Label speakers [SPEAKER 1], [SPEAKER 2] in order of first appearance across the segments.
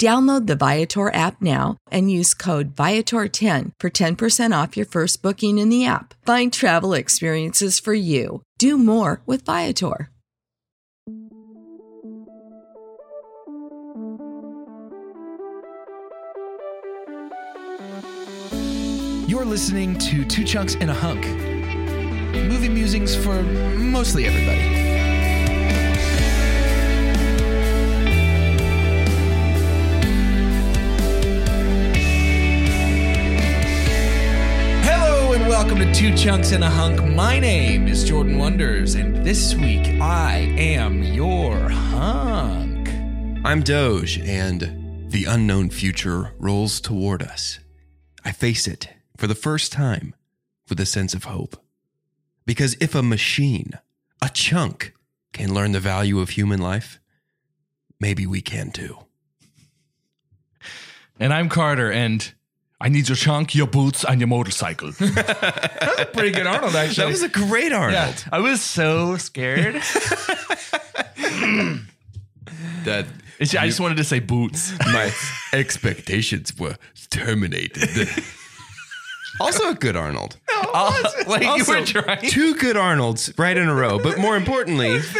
[SPEAKER 1] Download the Viator app now and use code Viator10 for 10% off your first booking in the app. Find travel experiences for you. Do more with Viator.
[SPEAKER 2] You're listening to Two Chunks and a Hunk. Movie musings for mostly everybody. Hello and welcome to Two Chunks and a Hunk. My name is Jordan Wonders, and this week I am your hunk.
[SPEAKER 3] I'm Doge, and the unknown future rolls toward us. I face it for the first time with a sense of hope. Because if a machine, a chunk, can learn the value of human life, maybe we can too.
[SPEAKER 4] And I'm Carter, and I need your chunk, your boots, and your motorcycle. Pretty good, Arnold, actually.
[SPEAKER 3] That was a great Arnold.
[SPEAKER 4] Yeah, I was so scared.
[SPEAKER 3] That
[SPEAKER 4] It's- I just wanted to say boots.
[SPEAKER 3] my expectations were terminated. also a good Arnold.
[SPEAKER 4] Oh, like
[SPEAKER 3] Also,
[SPEAKER 4] you were trying.
[SPEAKER 3] Two good Arnolds right in a row, but more importantly,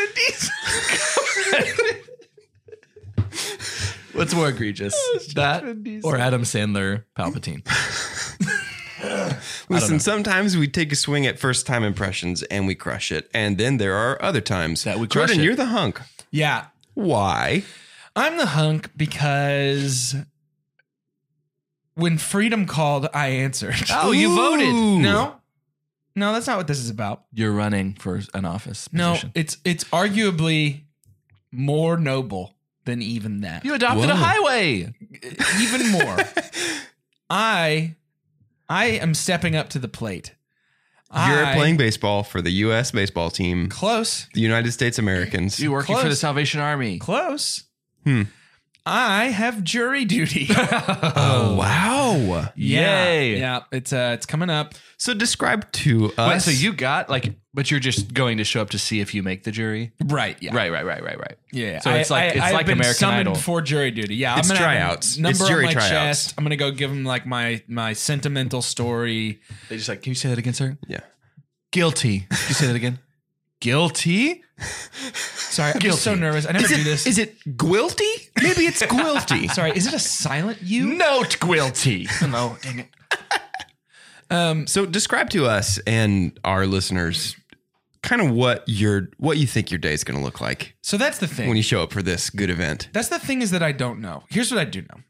[SPEAKER 4] What's more egregious, that or Adam Sandler Palpatine?
[SPEAKER 3] Listen, sometimes we take a swing at first time impressions and we crush it. And then there are other times
[SPEAKER 4] That we
[SPEAKER 3] Jordan,
[SPEAKER 4] crush it.
[SPEAKER 3] you're the hunk.
[SPEAKER 4] yeah,
[SPEAKER 3] Why?
[SPEAKER 4] I'm the hunk because
[SPEAKER 5] when freedom called, I answered.
[SPEAKER 4] Oh, you voted.
[SPEAKER 5] No, no, that's not what this is about.
[SPEAKER 4] you're running for an office
[SPEAKER 5] No,
[SPEAKER 4] position.
[SPEAKER 5] it's it's arguably more noble than even that. E,
[SPEAKER 4] you adopted
[SPEAKER 3] Whoa.
[SPEAKER 4] a highway.
[SPEAKER 5] even more. I I am stepping up to the plate.
[SPEAKER 3] You're
[SPEAKER 5] I-
[SPEAKER 3] playing baseball for the U.S. baseball team,
[SPEAKER 5] close,
[SPEAKER 3] the United States Americans.
[SPEAKER 4] You're working for the
[SPEAKER 5] Close.
[SPEAKER 4] Salvation Army.
[SPEAKER 5] close.
[SPEAKER 3] Hmm.
[SPEAKER 5] I have jury duty.
[SPEAKER 3] oh, wow.
[SPEAKER 5] Yeah,
[SPEAKER 4] Yay.
[SPEAKER 5] Yeah, it's uh, it's coming up.
[SPEAKER 3] So describe to
[SPEAKER 4] Wait,
[SPEAKER 3] us.
[SPEAKER 4] so you got like, but you're just going to show up to see if you make the jury.
[SPEAKER 5] Right. Yeah.
[SPEAKER 4] Right, right, right, right, right.
[SPEAKER 5] Yeah.
[SPEAKER 4] So it's like- it's
[SPEAKER 5] I've
[SPEAKER 4] like
[SPEAKER 5] been
[SPEAKER 4] American
[SPEAKER 5] summoned
[SPEAKER 4] Idol.
[SPEAKER 5] for jury duty. Yeah,
[SPEAKER 3] It's
[SPEAKER 5] I'm gonna have a
[SPEAKER 3] tryouts. It's
[SPEAKER 5] Number
[SPEAKER 3] jury
[SPEAKER 5] on my
[SPEAKER 3] tryouts.
[SPEAKER 5] chest. I'm gonna go give him like my my sentimental story.
[SPEAKER 4] They just like, can you say that again, sir?
[SPEAKER 3] Yeah.
[SPEAKER 4] Guilty. Can you say that again? Guilty?
[SPEAKER 5] Sorry, I'm just so
[SPEAKER 4] Guilty.
[SPEAKER 5] nervous. I never do this.
[SPEAKER 3] Is it Gwilty? Maybe it's Gwilty.
[SPEAKER 5] Sorry, is it a silent you?
[SPEAKER 4] Note guilty. no, dang it.
[SPEAKER 5] Um,
[SPEAKER 3] So describe to us and our listeners kind of what your what you think your day is going to look like
[SPEAKER 5] so that's the thing.
[SPEAKER 3] when you show up for this good event.
[SPEAKER 5] that's the thing is that I don't know. Here's what I do know.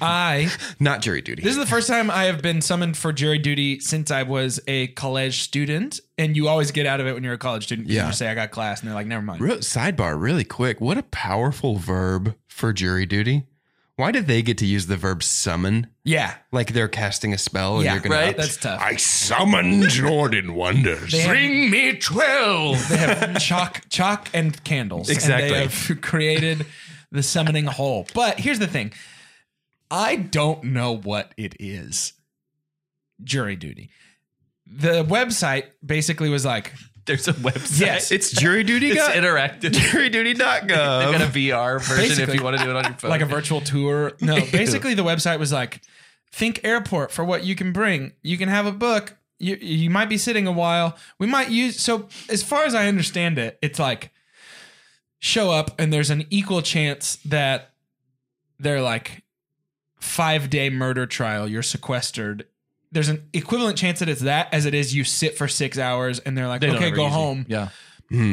[SPEAKER 5] I
[SPEAKER 3] Not jury duty.
[SPEAKER 5] this is the first time I have been summoned for jury duty since I was a college student, and you always get out of it when you're a college student. 'cause
[SPEAKER 3] Yeah.
[SPEAKER 5] You just say I got class, and they're like, never mind.
[SPEAKER 3] Real, sidebar, really quick. What a powerful verb for jury duty. Why do they get to use the verb summon?
[SPEAKER 5] Yeah,
[SPEAKER 3] Like they're casting a spell and
[SPEAKER 5] Yeah,
[SPEAKER 3] you're going
[SPEAKER 4] right?
[SPEAKER 3] to.
[SPEAKER 5] that's tough.
[SPEAKER 3] I summon Jordan Wonders.
[SPEAKER 5] They have-
[SPEAKER 4] Bring me 12.
[SPEAKER 5] They have chalk, chalk, and candles.
[SPEAKER 3] Exactly.
[SPEAKER 5] And they have created the summoning hole. But here's the thing: I don't know what it is. Jury duty. The website basically was like,
[SPEAKER 4] There's a website.
[SPEAKER 5] Yes.
[SPEAKER 6] It's jury duty.
[SPEAKER 4] it's
[SPEAKER 6] got-
[SPEAKER 4] interactive. They've got a
[SPEAKER 6] juryduty.gov.
[SPEAKER 4] VR version if
[SPEAKER 5] Basically.
[SPEAKER 4] you want to do it on your phone.
[SPEAKER 5] like a virtual tour. No, basically the website was like, think airport for what you can bring. You can have a book. You you might be sitting a while. We might use so as far as I understand it, it's like show up and there's an equal chance that they're like five day murder trial. You're sequestered. There's an equivalent chance that it's that as it is you sit for six hours and they're like,
[SPEAKER 7] They don't
[SPEAKER 5] okay,
[SPEAKER 7] ever
[SPEAKER 5] go
[SPEAKER 7] use it.
[SPEAKER 5] home.
[SPEAKER 7] Yeah.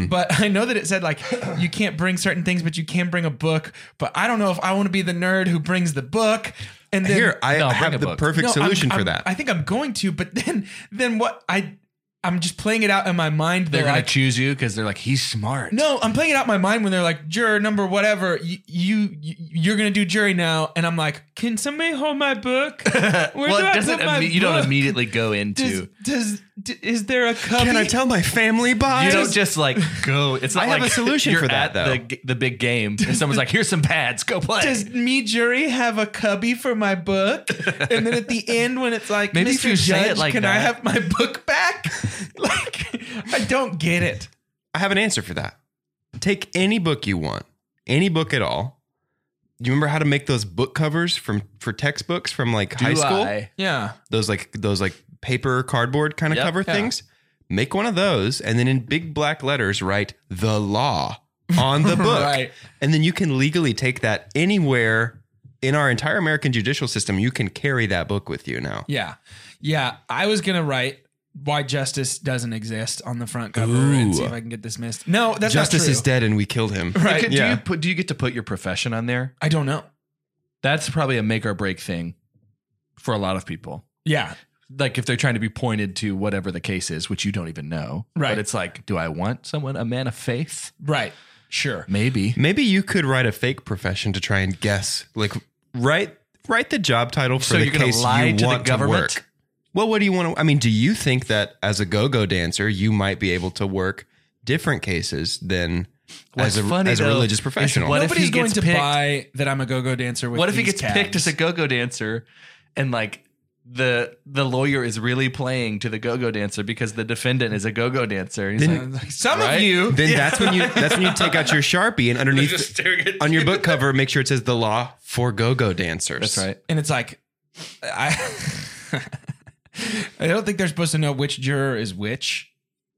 [SPEAKER 5] But I know that it said like you can't bring certain things, but you can bring a book. But I don't know if I want to be the nerd who brings the book. And then,
[SPEAKER 6] Here, I
[SPEAKER 7] No, bring a
[SPEAKER 6] have the
[SPEAKER 7] book.
[SPEAKER 6] perfect
[SPEAKER 5] No, I'm-
[SPEAKER 6] solution
[SPEAKER 5] I'm-
[SPEAKER 6] for that.
[SPEAKER 5] I think I'm going to. But then, then what? I I'm just playing it out in my mind.
[SPEAKER 7] They're
[SPEAKER 5] They're
[SPEAKER 7] gonna
[SPEAKER 5] like,
[SPEAKER 7] choose you because they're like he's smart.
[SPEAKER 5] no, I'm playing it out in my mind when they're like, juror number whatever. You, you you're gonna do jury now, and I'm like, can somebody hold my book? Where
[SPEAKER 4] well,
[SPEAKER 5] do I
[SPEAKER 4] it doesn't.
[SPEAKER 5] put my
[SPEAKER 4] imme- you don't
[SPEAKER 5] book?
[SPEAKER 4] immediately go into.
[SPEAKER 5] Does, does, d is there a cubby?
[SPEAKER 6] Can I tell my family bye?
[SPEAKER 4] you don't just like go. It's not
[SPEAKER 6] I have
[SPEAKER 4] like
[SPEAKER 6] a solution
[SPEAKER 4] you're
[SPEAKER 6] for
[SPEAKER 4] at
[SPEAKER 6] that, though.
[SPEAKER 4] The, g- the big game, and someone's like, "Here's some pads, go play."
[SPEAKER 5] does me jury have a cubby for my book? And then at the end, when it's like,
[SPEAKER 4] Maybe
[SPEAKER 5] Mr.
[SPEAKER 4] if you say
[SPEAKER 5] Judge,
[SPEAKER 4] it like
[SPEAKER 5] can I
[SPEAKER 4] that.
[SPEAKER 5] have my book back? like, I don't get it.
[SPEAKER 6] I have an answer for that. Take any book you want, any book at all. Do you remember how to make those book covers from for textbooks from like
[SPEAKER 4] Do
[SPEAKER 6] high school?
[SPEAKER 4] I?
[SPEAKER 5] Yeah,
[SPEAKER 6] Those like those like paper cardboard kind of
[SPEAKER 4] Yep,
[SPEAKER 6] cover
[SPEAKER 5] yeah.
[SPEAKER 6] things. Make one of those, and then in big black letters, write the law on the book,
[SPEAKER 5] Right.
[SPEAKER 6] and then you can legally take that anywhere in our entire American judicial system. You can carry that book with you now.
[SPEAKER 5] yeah, yeah. I was gonna write why justice doesn't exist on the front cover and see
[SPEAKER 6] Ooh.
[SPEAKER 5] if I can get dismissed. No, that's
[SPEAKER 6] Justice
[SPEAKER 5] not true.
[SPEAKER 6] is dead, and we killed him.
[SPEAKER 5] Right.
[SPEAKER 4] Could- Do
[SPEAKER 6] Yeah.
[SPEAKER 4] you put? Do you get to put your profession on there?
[SPEAKER 5] I don't know.
[SPEAKER 4] That's probably a make or break thing for a lot of people.
[SPEAKER 5] Yeah,
[SPEAKER 4] Like if they're trying to be pointed to whatever the case is, which you don't even know.
[SPEAKER 5] Right.
[SPEAKER 4] But it's like, do I want someone a man of faith?
[SPEAKER 5] right. Sure.
[SPEAKER 4] Maybe.
[SPEAKER 6] Maybe you could write a fake profession to try and guess. Like write write the job title for
[SPEAKER 4] So
[SPEAKER 6] the
[SPEAKER 4] you're gonna
[SPEAKER 6] case
[SPEAKER 4] lie
[SPEAKER 6] you
[SPEAKER 4] to the
[SPEAKER 6] want
[SPEAKER 4] government?
[SPEAKER 6] to work. Well, what do you want to? I mean, do you think that as a go-go dancer, you might be able to work different cases than
[SPEAKER 4] What's
[SPEAKER 6] as a
[SPEAKER 4] funny,
[SPEAKER 6] as a
[SPEAKER 4] though,
[SPEAKER 6] religious
[SPEAKER 4] is
[SPEAKER 6] professional?
[SPEAKER 4] what if
[SPEAKER 5] Nobody's
[SPEAKER 4] he
[SPEAKER 5] going
[SPEAKER 4] gets
[SPEAKER 5] to
[SPEAKER 4] picked-
[SPEAKER 5] buy that I'm a go-go dancer. With
[SPEAKER 4] What if he
[SPEAKER 5] these
[SPEAKER 4] gets
[SPEAKER 5] tabs.
[SPEAKER 4] picked as a go-go dancer and like the the lawyer is really playing to the go-go dancer because the defendant is a go-go dancer. He's
[SPEAKER 6] Then-
[SPEAKER 4] like,
[SPEAKER 5] Some of
[SPEAKER 4] Right?
[SPEAKER 5] you.
[SPEAKER 6] then that's when you that's when you take out your sharpie and underneath on your book cover, make sure it says the law for go-go dancers.
[SPEAKER 4] That's right.
[SPEAKER 5] and it's like I I don't think they're supposed to know which juror is which.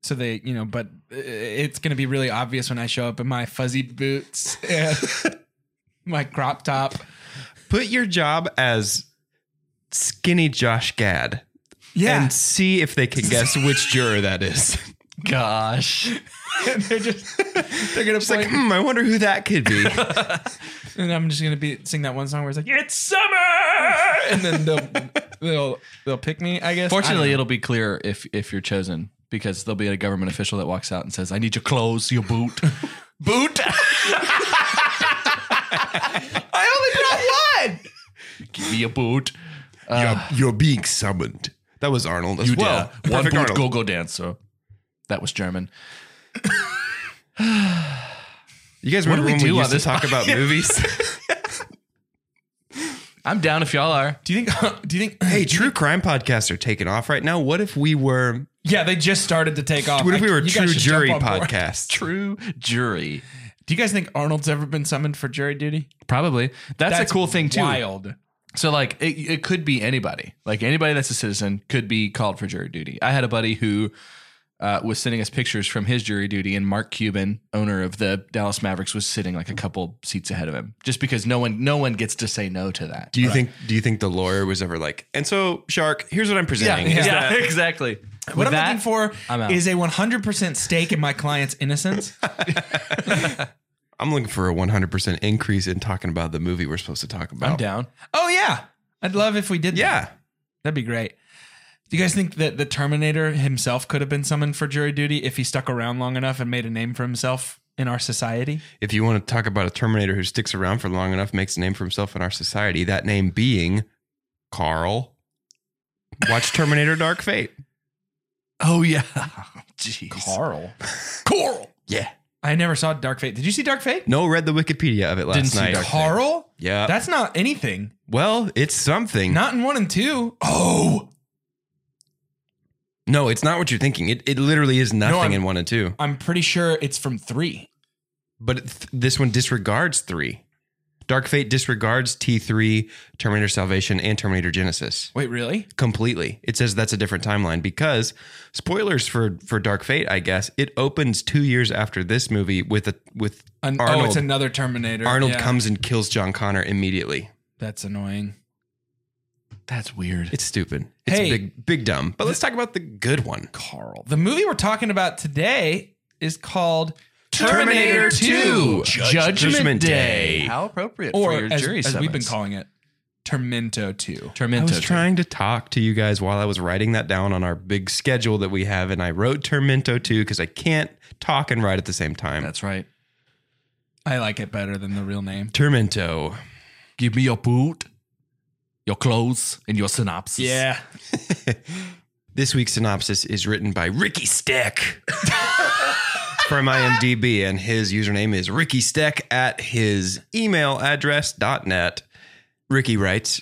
[SPEAKER 5] So they, you know, but uh, it's going to be really obvious when I show up in my fuzzy boots and my crop top.
[SPEAKER 6] Put your job as skinny Josh Gad
[SPEAKER 5] Yeah.
[SPEAKER 6] and see if they can guess which juror that is.
[SPEAKER 4] Gosh.
[SPEAKER 5] And they're just they're going to
[SPEAKER 6] It's like,
[SPEAKER 5] play
[SPEAKER 6] hmm, I wonder who that could be.
[SPEAKER 5] and I'm just going to be sing that one song where it's like it's summer and then they'll they'll they'll pick me, I guess. I
[SPEAKER 4] Fortunately,
[SPEAKER 5] don't know.
[SPEAKER 4] it'll be clear if if you're chosen because there'll be a government official that walks out and says, "I need your clothes, your boot, boot." I only brought one. Give me a boot.
[SPEAKER 6] you're, you're being summoned. That was Arnold as
[SPEAKER 4] You
[SPEAKER 6] well.
[SPEAKER 4] dare. One
[SPEAKER 6] Perfect
[SPEAKER 4] boot
[SPEAKER 6] Arnold.
[SPEAKER 4] go-go dancer. That was German.
[SPEAKER 6] You guys
[SPEAKER 4] What do
[SPEAKER 6] remember
[SPEAKER 4] we
[SPEAKER 6] when
[SPEAKER 4] do
[SPEAKER 6] we
[SPEAKER 4] on
[SPEAKER 6] used to
[SPEAKER 4] this
[SPEAKER 6] talk about movies?
[SPEAKER 4] I'm down if y'all are.
[SPEAKER 5] Do you think do you think
[SPEAKER 6] hey, true crime podcasts are taking off right now. What if we were?
[SPEAKER 5] Yeah, they just started to take off.
[SPEAKER 6] What if
[SPEAKER 5] I-
[SPEAKER 6] we were a
[SPEAKER 5] you guys
[SPEAKER 6] true
[SPEAKER 5] should jump
[SPEAKER 6] jury
[SPEAKER 5] on board.
[SPEAKER 6] podcast?
[SPEAKER 4] True jury.
[SPEAKER 5] Do you guys think Arnold's ever been summoned for jury duty?
[SPEAKER 4] Probably. That's, a cool thing too.
[SPEAKER 5] Wild.
[SPEAKER 4] So like it, it could be anybody. Like anybody that's a citizen could be called for jury duty. I had a buddy who uh, was sending us pictures from his jury duty, and Mark Cuban, owner of the Dallas Mavericks, was sitting like a couple seats ahead of him, just because no one no one gets to say no to that.
[SPEAKER 6] Do you think? Do you think the lawyer was ever like? And so, Shark, here's what I'm
[SPEAKER 4] Yeah,
[SPEAKER 6] presenting.
[SPEAKER 4] yeah, exactly.
[SPEAKER 5] What
[SPEAKER 4] With
[SPEAKER 5] I'm
[SPEAKER 4] that,
[SPEAKER 5] looking for
[SPEAKER 4] I'm out.
[SPEAKER 5] is a 100% stake in my client's innocence.
[SPEAKER 6] I'm looking for a 100 percent increase in talking about the movie we're supposed to talk about.
[SPEAKER 4] I'm down.
[SPEAKER 5] oh, yeah. I'd love if we did that.
[SPEAKER 6] Yeah,
[SPEAKER 5] That'd be great. Do you guys think that the Terminator himself could have been summoned for jury duty if he stuck around long enough and made a name for himself in our society?
[SPEAKER 6] if you want to talk about a Terminator who sticks around for long enough, makes a name for himself in our society, that name being Carl. Watch Terminator Dark Fate.
[SPEAKER 4] Oh yeah. Jeez.
[SPEAKER 5] Carl.
[SPEAKER 4] Coral.
[SPEAKER 6] Yeah.
[SPEAKER 5] I never saw Dark Fate. Did you see Dark Fate?
[SPEAKER 6] No, read the Wikipedia of it last
[SPEAKER 4] Didn't see
[SPEAKER 6] night.
[SPEAKER 4] Dark Fate.
[SPEAKER 5] Carl?
[SPEAKER 6] Yeah.
[SPEAKER 5] That's not anything.
[SPEAKER 6] well, it's something.
[SPEAKER 5] Not in one and two. Oh.
[SPEAKER 6] No, it's not what you're thinking. It, it literally is nothing
[SPEAKER 5] I'm-
[SPEAKER 6] in one and two.
[SPEAKER 5] I'm pretty sure it's from three.
[SPEAKER 6] But it th- this one disregards three. Dark Fate disregards T3, Terminator Salvation, and Terminator Genesis
[SPEAKER 5] Wait, really?
[SPEAKER 6] completely. It says that's a different timeline because spoilers for for Dark Fate, I guess. It opens two years after this movie with a with
[SPEAKER 5] An-
[SPEAKER 6] Arnold.
[SPEAKER 5] Oh, it's another Terminator.
[SPEAKER 6] Arnold
[SPEAKER 5] Yeah.
[SPEAKER 6] comes and kills John Connor immediately.
[SPEAKER 5] That's annoying.
[SPEAKER 4] That's weird.
[SPEAKER 6] It's stupid. It's
[SPEAKER 5] Hey.
[SPEAKER 6] big big dumb. But let's talk about the good one.
[SPEAKER 5] Carl. The movie we're talking about today is called
[SPEAKER 6] Terminator 2.
[SPEAKER 4] Judgment,
[SPEAKER 6] Judgment
[SPEAKER 4] Day.
[SPEAKER 6] Day.
[SPEAKER 4] How appropriate
[SPEAKER 5] or
[SPEAKER 4] for your
[SPEAKER 5] as,
[SPEAKER 4] jury
[SPEAKER 5] as we've been
[SPEAKER 4] summons.
[SPEAKER 5] calling it, Terminto 2.
[SPEAKER 6] I
[SPEAKER 4] Terminto
[SPEAKER 6] was
[SPEAKER 4] Day.
[SPEAKER 6] trying to talk to you guys while I was writing that down on our big schedule that we have, and I wrote Terminto 2 because I can't talk and write at the same time.
[SPEAKER 4] That's right.
[SPEAKER 5] I like it better than the real name.
[SPEAKER 6] Terminto.
[SPEAKER 4] Give me your boot, your clothes, and your synopsis.
[SPEAKER 6] This week's synopsis is written by Ricky Steck from IMDb, and his username is Ricky Steck at his email address dot net. Ricky writes,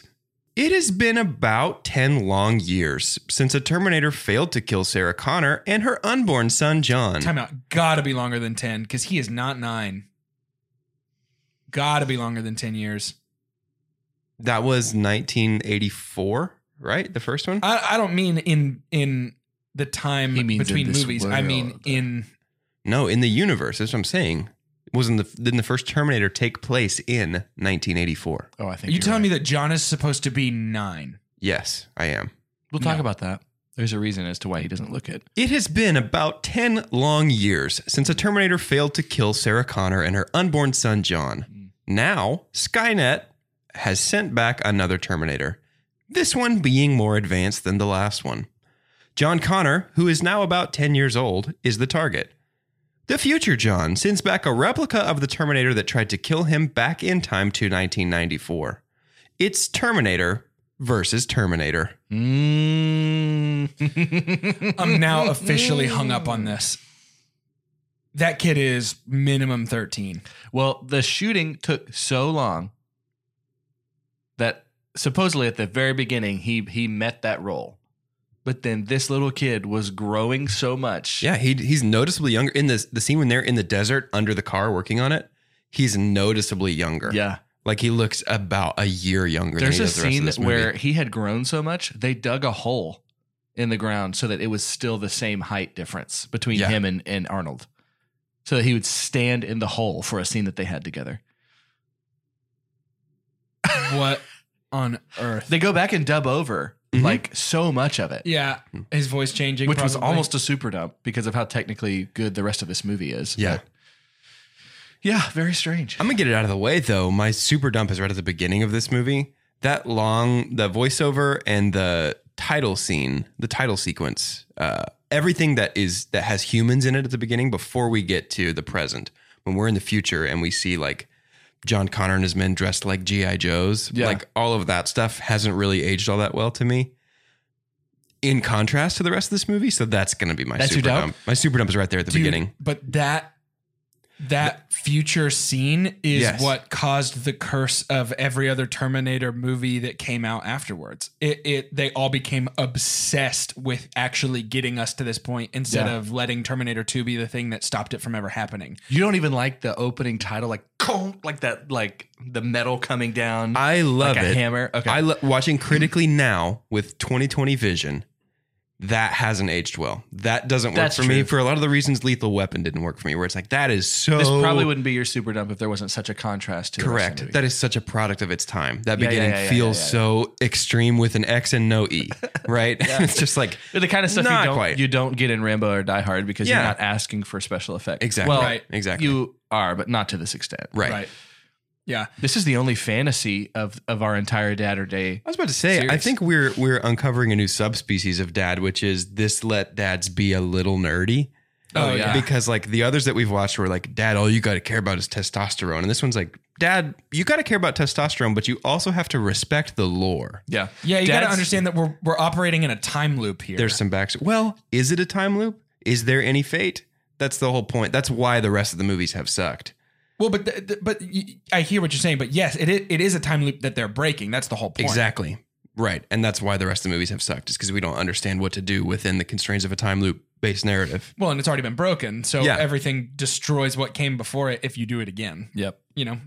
[SPEAKER 6] It has been about 10 long years since a Terminator failed to kill Sarah Connor and her unborn son, John.
[SPEAKER 5] Time out. Gotta be longer than 10 because he is not nine. Gotta be longer than 10 years.
[SPEAKER 6] That was 1984, right? The first one?
[SPEAKER 5] I, I don't mean in in the time
[SPEAKER 4] He means
[SPEAKER 5] between
[SPEAKER 4] in this
[SPEAKER 5] movies. I mean
[SPEAKER 4] world.
[SPEAKER 5] in
[SPEAKER 6] No, in the universe. That's what I'm saying. Wasn't the didn't the first Terminator take place in 1984?
[SPEAKER 4] Oh, I think
[SPEAKER 5] you telling me that John is supposed to be nine.
[SPEAKER 6] Yes, I am.
[SPEAKER 4] We'll talk
[SPEAKER 5] No.
[SPEAKER 4] about that. There's a reason as to why he doesn't look it.
[SPEAKER 6] It has been about 10 long years since a Terminator failed to kill Sarah Connor and her unborn son, John. Now, Skynet has sent back another Terminator, this one being more advanced than the last one. John Connor, who is now about 10 years old, is the target. The future John sends back a replica of the Terminator that tried to kill him back in time to 1994. It's Terminator versus Terminator.
[SPEAKER 4] Mm. Um,
[SPEAKER 5] I'm now officially hung up on this. That kid is minimum 13.
[SPEAKER 4] Well, the shooting took so long that supposedly at the very beginning he he met that role. But then this little kid was growing so much.
[SPEAKER 6] Yeah, he he's noticeably younger in this the scene when they're in the desert under the car working on it. He's noticeably younger.
[SPEAKER 4] Yeah.
[SPEAKER 6] like he looks about a year younger.
[SPEAKER 4] There's a
[SPEAKER 6] than he does the rest of
[SPEAKER 4] scene
[SPEAKER 6] this movie.
[SPEAKER 4] where he had grown so much, they dug a hole in the ground so that it was still the same height difference between
[SPEAKER 6] Yeah.
[SPEAKER 4] him and, and Arnold. So that he would stand in the hole for a scene that they had together.
[SPEAKER 5] What on earth?
[SPEAKER 4] They go back and dub over
[SPEAKER 6] Mhm.
[SPEAKER 4] like so much of it.
[SPEAKER 5] Yeah, his voice changing,
[SPEAKER 4] Which was
[SPEAKER 5] probably.
[SPEAKER 4] almost a super dump because of how technically good the rest of this movie is.
[SPEAKER 6] Yeah.
[SPEAKER 4] But- yeah, very strange.
[SPEAKER 6] I'm gonna get it out of the way though. My super dump is right at the beginning of this movie. That long the voiceover and the title scene, the title sequence, uh, everything that is that has humans in it at the beginning before we get to the present. When we're in the future and we see like John Connor and his men dressed like G.I. Joes,
[SPEAKER 4] Yeah.
[SPEAKER 6] like all of that stuff hasn't really aged all that well to me. In contrast to the rest of this movie, so that's gonna be my
[SPEAKER 4] That's your
[SPEAKER 6] super
[SPEAKER 4] dump?
[SPEAKER 6] dump. My super dump is right there at the
[SPEAKER 5] Dude,
[SPEAKER 6] beginning.
[SPEAKER 5] But that that future scene is
[SPEAKER 6] Yes.
[SPEAKER 5] what caused the curse of every other Terminator movie that came out afterwards. It, it they all became obsessed with actually getting us to this point instead
[SPEAKER 4] Yeah.
[SPEAKER 5] of letting Terminator 2 be the thing that stopped it from ever happening.
[SPEAKER 4] You don't even like the opening title, like "Conk," like that, like the metal coming down,
[SPEAKER 6] I love
[SPEAKER 4] like a
[SPEAKER 6] it.
[SPEAKER 4] hammer. Okay,
[SPEAKER 6] I lo- watching critically now with 2020 vision. That hasn't aged well. That doesn't work
[SPEAKER 4] That's
[SPEAKER 6] for me
[SPEAKER 4] true.
[SPEAKER 6] for a lot of the reasons. Lethal Weapon didn't work for me. Where it's like that is so
[SPEAKER 4] this probably wouldn't be your super dump if there wasn't such a contrast to the rest of the
[SPEAKER 6] correct.
[SPEAKER 4] movie.
[SPEAKER 6] That is such a product of its time. That
[SPEAKER 4] Yeah, yeah,
[SPEAKER 6] beginning
[SPEAKER 4] yeah, yeah,
[SPEAKER 6] feels
[SPEAKER 4] yeah, yeah.
[SPEAKER 6] so extreme with an X and no E, right? it's just like
[SPEAKER 4] the kind of stuff you
[SPEAKER 6] Not
[SPEAKER 4] don't
[SPEAKER 6] quite.
[SPEAKER 4] you don't get in Rambo or Die Hard because
[SPEAKER 6] Yeah.
[SPEAKER 4] you're not asking for special effects.
[SPEAKER 6] exactly,
[SPEAKER 4] Well,
[SPEAKER 5] Right.
[SPEAKER 6] exactly,
[SPEAKER 4] you are, but not to this extent.
[SPEAKER 6] right.
[SPEAKER 5] right. Yeah.
[SPEAKER 4] This is the only fantasy of of our entire dad or day.
[SPEAKER 6] I was about to say, I
[SPEAKER 4] Serious.
[SPEAKER 6] think we're we're uncovering a new subspecies of dad, which is this let dads be a little nerdy.
[SPEAKER 5] Oh, yeah.
[SPEAKER 6] Because like the others that we've watched were like, Dad, all you gotta care about is testosterone. And this one's like, Dad, you gotta care about testosterone, but you also have to respect the lore.
[SPEAKER 4] Yeah,
[SPEAKER 5] Yeah, you got to
[SPEAKER 4] Dads-
[SPEAKER 5] understand that we're we're operating in a time loop here.
[SPEAKER 6] There's some backstory. Well, is it a time loop? Is there any fate? That's the whole point. That's why the rest of the movies have sucked.
[SPEAKER 5] well, but th- th- but y- I hear what you're saying, but yes, it i- it is a time loop that they're breaking. That's the whole point.
[SPEAKER 6] Exactly. Right. And that's why the rest of the movies have sucked, is because we don't understand what to do within the constraints of a time loop based narrative.
[SPEAKER 5] Well, and it's already been broken, so
[SPEAKER 6] Yeah.
[SPEAKER 5] everything destroys what came before it if you do it again.
[SPEAKER 4] Yep.
[SPEAKER 5] You know,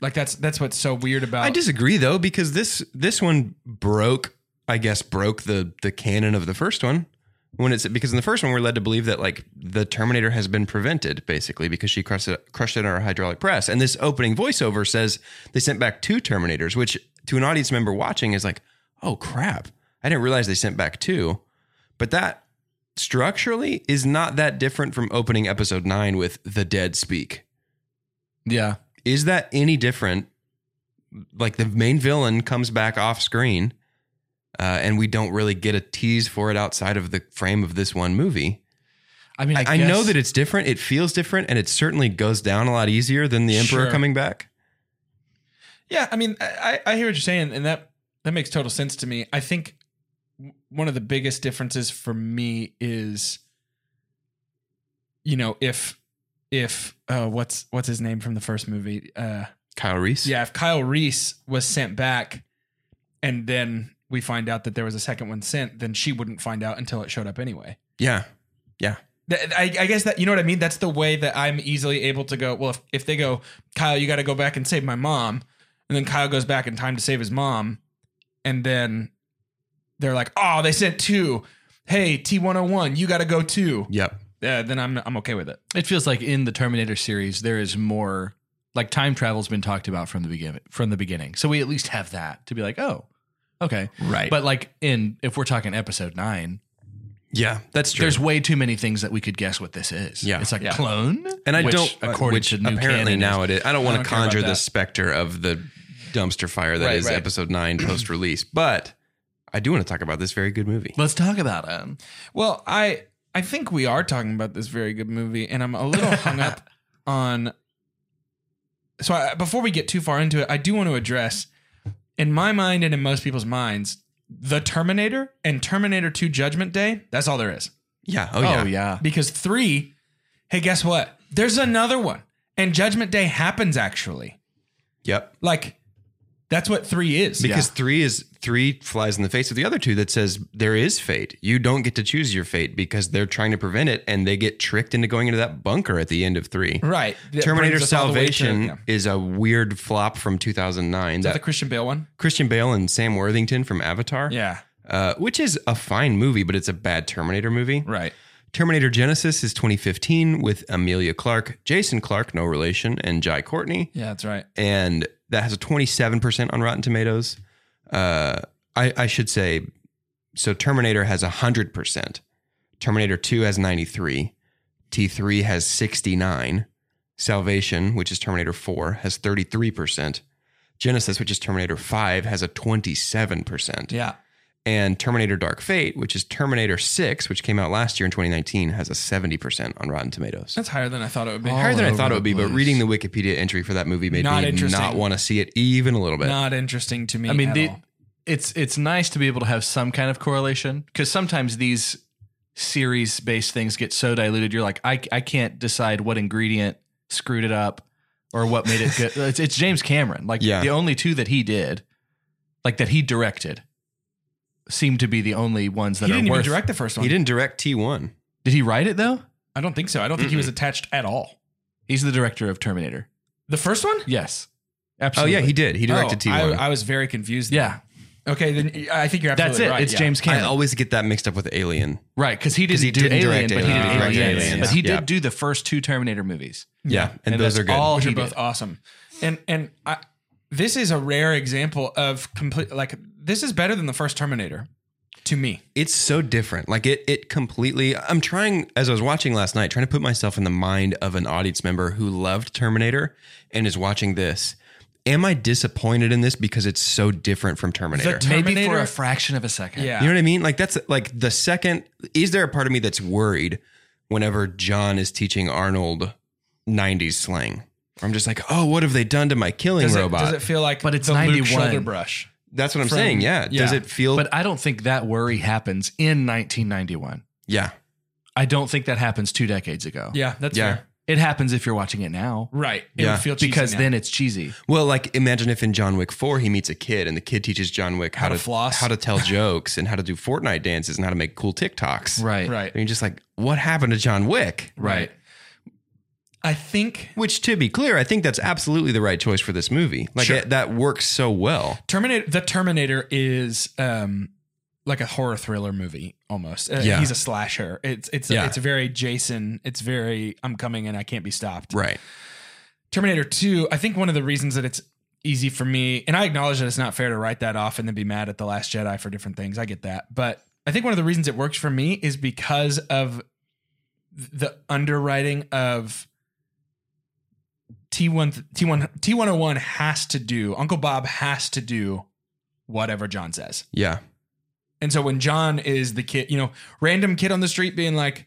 [SPEAKER 5] like that's that's what's so weird about.
[SPEAKER 6] I disagree though, because this this one broke, I guess, broke the the canon of the first one. When it's because in the first one we're led to believe that like the Terminator has been prevented basically because she crushed it, crushed it on her hydraulic press, and this opening voiceover says they sent back two Terminators, which to an audience member watching is like, oh crap, I didn't realize they sent back two, but that structurally is not that different from opening episode nine with the dead speak
[SPEAKER 4] Yeah.
[SPEAKER 6] is that any different? Like the main villain comes back off screen, uh, and we don't really get a tease for it outside of the frame of this one movie.
[SPEAKER 4] I mean, I,
[SPEAKER 6] I, I know
[SPEAKER 4] guess-
[SPEAKER 6] that it's different. It feels different, and it certainly goes down a lot easier than the Emperor
[SPEAKER 5] Sure.
[SPEAKER 6] coming back.
[SPEAKER 5] Yeah, I mean, I, I I hear what you're saying, and that that makes total sense to me. I think w- one of the biggest differences for me is, you know, if if uh, what's what's his name from the first movie? Uh,
[SPEAKER 6] Kyle Reese.
[SPEAKER 5] yeah, if Kyle Reese was sent back, and then we find out that there was a second one sent, then she wouldn't find out until it showed up anyway.
[SPEAKER 6] yeah,
[SPEAKER 5] That- I, I guess that you know what I mean. That's the way that I'm easily able to go. Well, if, if they go, Kyle, you got to go back and save my mom, and then Kyle goes back in time to save his mom, and then they're like, oh, they sent two. Hey, T101, you got to go too.
[SPEAKER 6] Yep.
[SPEAKER 5] Uh, then I'm I'm okay with it.
[SPEAKER 4] it feels like in the Terminator series there is more like time travel's been talked about from the beginning from the beginning. So we at least have that to be like, oh, okay.
[SPEAKER 6] Right. But
[SPEAKER 4] But like in if we're talking episode nine,
[SPEAKER 6] yeah, that's true.
[SPEAKER 4] there's way too many things that we could guess what this is.
[SPEAKER 6] Yeah.
[SPEAKER 4] It's like
[SPEAKER 5] Yeah.
[SPEAKER 4] clone.
[SPEAKER 6] and I
[SPEAKER 4] which,
[SPEAKER 6] don't. uh,
[SPEAKER 4] according
[SPEAKER 6] which
[SPEAKER 4] to new
[SPEAKER 6] apparently
[SPEAKER 4] canon,
[SPEAKER 6] now it is. I don't want
[SPEAKER 5] don't
[SPEAKER 6] to
[SPEAKER 5] care about
[SPEAKER 6] conjure the
[SPEAKER 5] that.
[SPEAKER 6] specter of the dumpster fire that is
[SPEAKER 5] Right, right.
[SPEAKER 6] episode nine post release, but I do want to talk about this very good movie.
[SPEAKER 4] let's talk about it.
[SPEAKER 5] Well, I I think we are talking about this very good movie, and I'm a little hung up on. So I, before we get too far into it, I do want to address, in my mind and in most people's minds, the Terminator and Terminator Two Judgment Day. That's all there is.
[SPEAKER 6] Yeah. Oh,
[SPEAKER 4] Oh
[SPEAKER 6] yeah.
[SPEAKER 4] yeah.
[SPEAKER 5] Because three, hey, guess what? There's another one, and Judgment Day happens actually.
[SPEAKER 6] Yep.
[SPEAKER 5] Like, that's what three is.
[SPEAKER 6] because three is three flies in the face of the other two that says there is fate. You don't get to choose your fate because they're trying to prevent it, and they get tricked into going into that bunker at the end of three.
[SPEAKER 5] right. That
[SPEAKER 6] Terminator
[SPEAKER 5] brings us all the way to-
[SPEAKER 6] Salvation
[SPEAKER 5] yeah.
[SPEAKER 6] is a weird flop from 2009.
[SPEAKER 5] Is
[SPEAKER 6] That
[SPEAKER 5] that the Christian Bale one?
[SPEAKER 6] Christian Bale and Sam Worthington from Avatar,
[SPEAKER 5] Yeah.
[SPEAKER 6] uh, which is a fine movie, but it's a bad Terminator movie.
[SPEAKER 5] Right.
[SPEAKER 6] Terminator Genesis is 2015 with Amelia Clark, Jason Clark, no relation, and Jai Courtney
[SPEAKER 5] Yeah, that's right.
[SPEAKER 6] and that has a 27% on Rotten Tomatoes. Uh, I, I should say, so Terminator has 100%. Terminator 2 has 93. T3 has 69. Salvation, which is Terminator 4, has 33%. Genesis, which is Terminator 5, has a 27%.
[SPEAKER 5] Yeah.
[SPEAKER 6] And Terminator Dark Fate, which is Terminator 6, which came out last year in 2019, has a 70% on Rotten Tomatoes.
[SPEAKER 5] That's higher than I thought it would be.
[SPEAKER 6] Higher than I
[SPEAKER 4] over
[SPEAKER 6] thought it
[SPEAKER 4] the
[SPEAKER 6] would be, but
[SPEAKER 4] place.
[SPEAKER 6] reading the Wikipedia entry for that movie made
[SPEAKER 5] Not
[SPEAKER 6] me
[SPEAKER 5] interesting.
[SPEAKER 6] not want to see it even a little bit.
[SPEAKER 5] Not interesting to me.
[SPEAKER 4] I mean,
[SPEAKER 5] at
[SPEAKER 4] the,
[SPEAKER 5] all.
[SPEAKER 4] it's it's nice to be able to have some kind of correlation because sometimes these series based things get so diluted. You're like, I I can't decide what ingredient screwed it up or what made it good. it's, it's James Cameron. Like
[SPEAKER 6] Yeah.
[SPEAKER 4] the only two that he did, like that he directed, seem to be the only ones that
[SPEAKER 5] he
[SPEAKER 4] are
[SPEAKER 5] didn't
[SPEAKER 4] worth.
[SPEAKER 5] even direct the first one.
[SPEAKER 6] He didn't direct T1.
[SPEAKER 4] Did he write it though?
[SPEAKER 5] I don't think so. I don't think he was attached at all.
[SPEAKER 4] He's the director of Terminator.
[SPEAKER 5] The first one?
[SPEAKER 4] Yes,
[SPEAKER 6] Oh,
[SPEAKER 4] absolutely.
[SPEAKER 6] yeah, he did. He directed
[SPEAKER 5] Oh,
[SPEAKER 6] T1.
[SPEAKER 5] I, I was very confused.
[SPEAKER 4] Yeah,
[SPEAKER 5] Then. Okay, then I think you're absolutely
[SPEAKER 4] that's it.
[SPEAKER 5] right.
[SPEAKER 4] it's
[SPEAKER 5] yeah.
[SPEAKER 4] James
[SPEAKER 6] I,
[SPEAKER 4] Cameron.
[SPEAKER 6] always get that mixed up with Alien.
[SPEAKER 4] Right, because he didn't
[SPEAKER 6] he
[SPEAKER 4] do
[SPEAKER 6] didn't
[SPEAKER 4] Alien,
[SPEAKER 6] direct
[SPEAKER 4] but he did
[SPEAKER 6] Alien.
[SPEAKER 5] Ah,
[SPEAKER 4] Aliens.
[SPEAKER 5] he directed
[SPEAKER 6] Aliens.
[SPEAKER 4] But he
[SPEAKER 6] Yeah.
[SPEAKER 4] did do the first two Terminator movies.
[SPEAKER 6] Yeah.
[SPEAKER 4] And
[SPEAKER 6] And, those
[SPEAKER 4] that's
[SPEAKER 6] are good.
[SPEAKER 4] all
[SPEAKER 5] Which
[SPEAKER 4] he
[SPEAKER 5] are both
[SPEAKER 4] did.
[SPEAKER 5] awesome. And and I, this is a rare example of complete. Like this is better than the first Terminator, to me.
[SPEAKER 6] it's so different. Like it it completely I'm trying as I was watching last night, trying to put myself in the mind of an audience member who loved Terminator and is watching this. Am I disappointed in this because it's so different from Terminator?
[SPEAKER 5] Ter-
[SPEAKER 4] Maybe for
[SPEAKER 5] Terminator-
[SPEAKER 4] a fraction of a second.
[SPEAKER 5] Yeah.
[SPEAKER 6] You know what I mean? Like that's like the second. Is there a part of me that's worried whenever John is teaching Arnold '90s slang? I'm just like, oh, what have they done to my killing
[SPEAKER 5] does, it,
[SPEAKER 6] robot?
[SPEAKER 5] does it feel like?
[SPEAKER 4] But it's
[SPEAKER 5] the Luke
[SPEAKER 4] 91.
[SPEAKER 5] shoulder brush.
[SPEAKER 6] that's what I'm
[SPEAKER 5] from-
[SPEAKER 6] saying. Yeah. Does
[SPEAKER 5] yeah.
[SPEAKER 6] it feel?
[SPEAKER 4] But I don't think that worry happens in 1991.
[SPEAKER 6] yeah.
[SPEAKER 4] I don't think that happens two decades ago.
[SPEAKER 5] Yeah, that's
[SPEAKER 6] Yeah.
[SPEAKER 5] fair.
[SPEAKER 4] It happens if you're watching it now
[SPEAKER 5] Right. It
[SPEAKER 6] Yeah.
[SPEAKER 5] would feel cheesy
[SPEAKER 4] because
[SPEAKER 5] now.
[SPEAKER 4] then it's cheesy.
[SPEAKER 6] Well, like imagine if in John Wick 4 he meets a kid and the kid teaches John Wick how,
[SPEAKER 5] How to floss.
[SPEAKER 6] how to tell jokes and how to do Fortnite dances and how to make cool TikToks.
[SPEAKER 4] Right.
[SPEAKER 5] right.
[SPEAKER 6] And you're just like, what happened to John Wick?
[SPEAKER 4] Right.
[SPEAKER 5] I think
[SPEAKER 6] Which to be clear, I think that's absolutely the right choice for this movie. Like
[SPEAKER 5] Sure.
[SPEAKER 6] it, that works so well.
[SPEAKER 5] Terminator the Terminator is um like a horror thriller movie almost. Uh,
[SPEAKER 6] Yeah.
[SPEAKER 5] He's a slasher. It's it's
[SPEAKER 6] Yeah.
[SPEAKER 5] it's very Jason. It's very I'm coming and I can't be stopped.
[SPEAKER 6] Right.
[SPEAKER 5] Terminator 2, I think one of the reasons that it's easy for me, and I acknowledge that it's not fair to write that off and then be mad at The Last Jedi for different things. I get that. But I think one of the reasons it works for me is because of th- the underwriting of T1 T1 T101 has to do. Uncle Bob has to do whatever John says.
[SPEAKER 6] Yeah.
[SPEAKER 5] And so when John is the kid, you know, random kid on the street being like,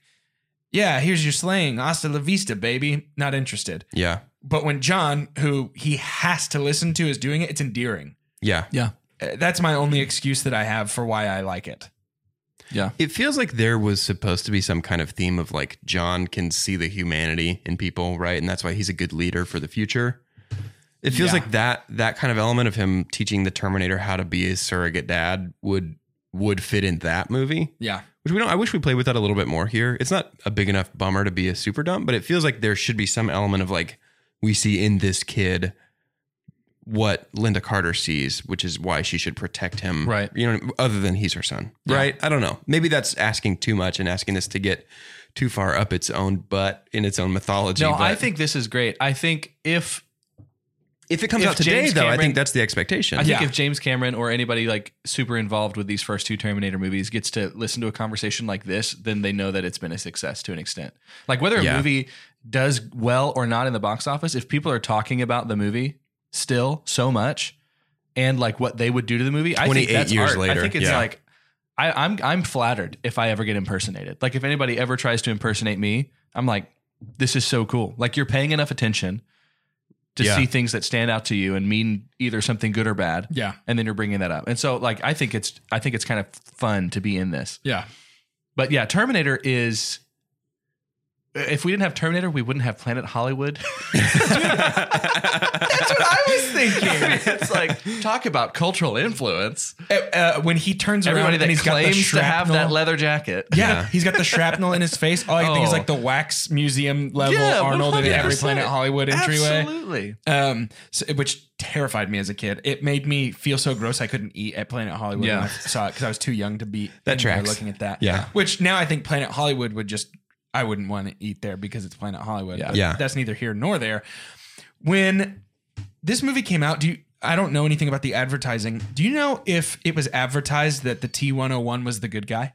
[SPEAKER 5] "Yeah, here's your slang. Hasta la vista, baby." Not interested.
[SPEAKER 6] Yeah.
[SPEAKER 5] But when John, who he has to listen to, is doing it, it's endearing.
[SPEAKER 6] Yeah.
[SPEAKER 5] Uh, That's my only excuse that I have for why I like it.
[SPEAKER 6] It feels like there was supposed to be some kind of theme of like John can see the humanity in people, right? And that's why he's a good leader for the future. It feels
[SPEAKER 5] Yeah.
[SPEAKER 6] like that that kind of element of him teaching the Terminator how to be a surrogate dad would would fit in that movie.
[SPEAKER 5] Yeah.
[SPEAKER 6] Which we don't I wish we played with that a little bit more here. It's not a big enough bummer to be a super dump, but it feels like there should be some element of like we see in this kid what Linda Carter sees, which is why she should protect him.
[SPEAKER 4] Right.
[SPEAKER 6] You know, other than he's her son. Right. I don't know. Maybe that's asking too much and asking this to get too far up its own butt in its own mythology.
[SPEAKER 4] No,
[SPEAKER 6] but
[SPEAKER 4] I think this is great. I think if
[SPEAKER 6] if it comes
[SPEAKER 4] if
[SPEAKER 6] out today,
[SPEAKER 4] James
[SPEAKER 6] though, I
[SPEAKER 4] Cameron-
[SPEAKER 6] think that's the expectation.
[SPEAKER 4] I think
[SPEAKER 5] Yeah.
[SPEAKER 4] if James Cameron or anybody like super involved with these first two Terminator movies gets to listen to a conversation like this, then they know that it's been a success to an extent. Like whether a
[SPEAKER 6] Yeah.
[SPEAKER 4] movie does well or not in the box office, if people are talking about the movie still so much and like what they would do to the movie, I
[SPEAKER 6] 28
[SPEAKER 4] think that's
[SPEAKER 6] years
[SPEAKER 4] art.
[SPEAKER 6] later,
[SPEAKER 4] I think it's
[SPEAKER 6] yeah.
[SPEAKER 4] like I, I'm I'm flattered if I ever get impersonated. Like if anybody ever tries to impersonate me, I'm like, this is so cool. Like you're paying enough attention to
[SPEAKER 6] Yeah.
[SPEAKER 4] see things that stand out to you and mean either something good or bad
[SPEAKER 5] Yeah.
[SPEAKER 4] and then you're bringing that up. And so like I think it's I think it's kind of fun to be in this.
[SPEAKER 5] Yeah.
[SPEAKER 4] But yeah, Terminator is if we didn't have Terminator, we wouldn't have Planet Hollywood.
[SPEAKER 5] That's what I was thinking.
[SPEAKER 4] it's like talk about cultural influence.
[SPEAKER 5] uh, uh, when he turns
[SPEAKER 4] Everybody
[SPEAKER 5] around and
[SPEAKER 4] that
[SPEAKER 5] he's got the
[SPEAKER 4] claims to have
[SPEAKER 5] shrapnel-
[SPEAKER 4] that leather jacket.
[SPEAKER 5] Yeah,
[SPEAKER 6] Yeah.
[SPEAKER 5] he's got the shrapnel in his face. All I think is
[SPEAKER 4] Oh.
[SPEAKER 5] like the wax museum level
[SPEAKER 4] Yeah,
[SPEAKER 5] Arnold in every
[SPEAKER 4] 100%.
[SPEAKER 5] Planet Hollywood entryway,
[SPEAKER 4] Absolutely.
[SPEAKER 5] um, so- which terrified me as a kid. It made me feel so gross I couldn't eat at Planet Hollywood
[SPEAKER 4] Yeah.
[SPEAKER 5] when I saw it because I was too young to be
[SPEAKER 6] That
[SPEAKER 5] in there
[SPEAKER 6] tracks.
[SPEAKER 5] looking at that.
[SPEAKER 6] Yeah.
[SPEAKER 5] Which now I think Planet Hollywood would just I wouldn't want to eat there because it's Planet Hollywood.
[SPEAKER 4] Yeah.
[SPEAKER 5] But
[SPEAKER 6] Yeah.
[SPEAKER 5] That's neither here nor there. When this movie came out, do you I don't know anything about the advertising. Do you know if it was advertised that the T101 was the good guy?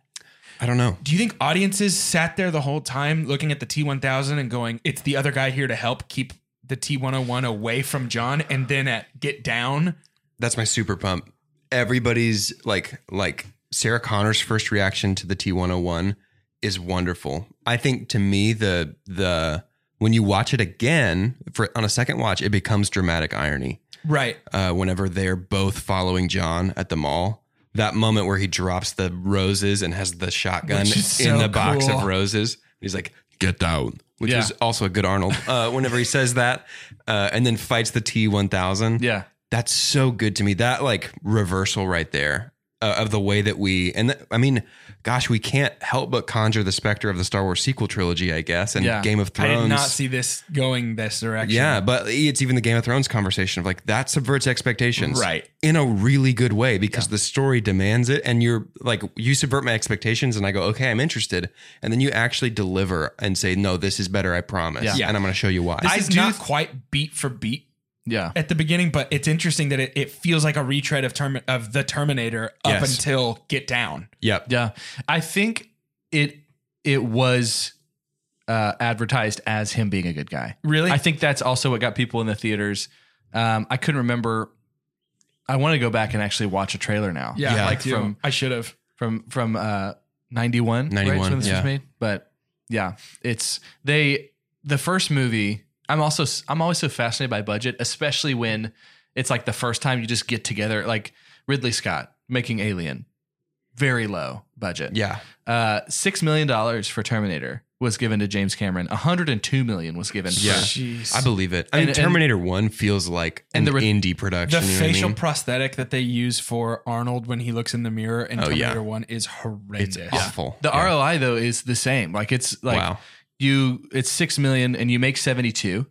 [SPEAKER 6] I don't know.
[SPEAKER 5] Do you think audiences sat there the whole time looking at the T1000 and going, "It's the other guy here to help keep the T101 away from John," and then at Get Down?
[SPEAKER 6] That's my super pump. Everybody's like like Sarah Connor's first reaction to the T101 is wonderful. I think to me the the when you watch it again for on a second watch it becomes dramatic irony.
[SPEAKER 5] Right.
[SPEAKER 6] Uh, whenever they're both following John at the mall, that moment where he drops the roses and has the shotgun in
[SPEAKER 5] Which
[SPEAKER 6] the
[SPEAKER 5] is so
[SPEAKER 6] box of
[SPEAKER 5] cool.
[SPEAKER 6] roses, he's like get down, which
[SPEAKER 4] Yeah.
[SPEAKER 6] is also a good Arnold. Uh, whenever he says that uh, and then fights the T1000
[SPEAKER 4] Yeah.
[SPEAKER 6] that's so good to me. That like reversal right there uh, of the way that we and th- I mean, gosh, we can't help but conjure the specter of the Star Wars sequel trilogy, I guess, and
[SPEAKER 4] Yeah.
[SPEAKER 6] Game of
[SPEAKER 5] I
[SPEAKER 6] Thrones.
[SPEAKER 5] did not see this going this direction.
[SPEAKER 6] yeah, but it's even the Game of Thrones conversation of like that subverts expectations,
[SPEAKER 5] Right.
[SPEAKER 6] In a really good way because the story demands it, and you're like you subvert my expectations, and I go, okay, I'm interested, and then you actually deliver and say, no, this is better, I promise,
[SPEAKER 4] Yeah.
[SPEAKER 6] and I'm going to show you why.
[SPEAKER 5] This
[SPEAKER 4] I
[SPEAKER 5] is
[SPEAKER 4] do
[SPEAKER 5] not
[SPEAKER 4] th-
[SPEAKER 5] quite beat for beat
[SPEAKER 4] Yeah.
[SPEAKER 5] at the beginning, but it's interesting that it, it feels like a retread of term of the Terminator up
[SPEAKER 6] Yes.
[SPEAKER 5] until Get Down.
[SPEAKER 6] yep.
[SPEAKER 4] Yeah, I think it it was uh, advertised as him being a good guy.
[SPEAKER 5] Really?
[SPEAKER 4] I think that's also what got people in the theaters. Um, I couldn't remember. I want to go back and actually watch a trailer now.
[SPEAKER 6] Yeah,
[SPEAKER 5] I
[SPEAKER 4] like
[SPEAKER 5] do.
[SPEAKER 4] from
[SPEAKER 5] I should have.
[SPEAKER 4] from from uh, ninety one.
[SPEAKER 6] 91,
[SPEAKER 4] when this
[SPEAKER 6] yeah.
[SPEAKER 4] was made. But yeah, it's they the first movie. I'm also I'm always so fascinated by budget, especially when it's like the first time you just get together, like Ridley Scott making Alien very low budget.
[SPEAKER 5] Yeah.
[SPEAKER 4] Uh, six million dollars for Terminator was given to James Cameron. 102 million was given. for-
[SPEAKER 6] Yeah.
[SPEAKER 5] Jeez.
[SPEAKER 6] I believe it. I mean,
[SPEAKER 4] And- and-
[SPEAKER 6] Terminator One feels like
[SPEAKER 4] And
[SPEAKER 6] an
[SPEAKER 4] the re-
[SPEAKER 6] indie production.
[SPEAKER 5] the
[SPEAKER 6] you know what I
[SPEAKER 5] facial
[SPEAKER 6] mean?
[SPEAKER 5] prosthetic that they use for Arnold when he looks in the mirror in
[SPEAKER 6] Oh, yeah.
[SPEAKER 5] Terminator One is horrendous.
[SPEAKER 6] it's awful.
[SPEAKER 4] The
[SPEAKER 6] Yeah.
[SPEAKER 4] ROI though is the same. Like it's like
[SPEAKER 6] wow.
[SPEAKER 4] you, it's six million and you make 72.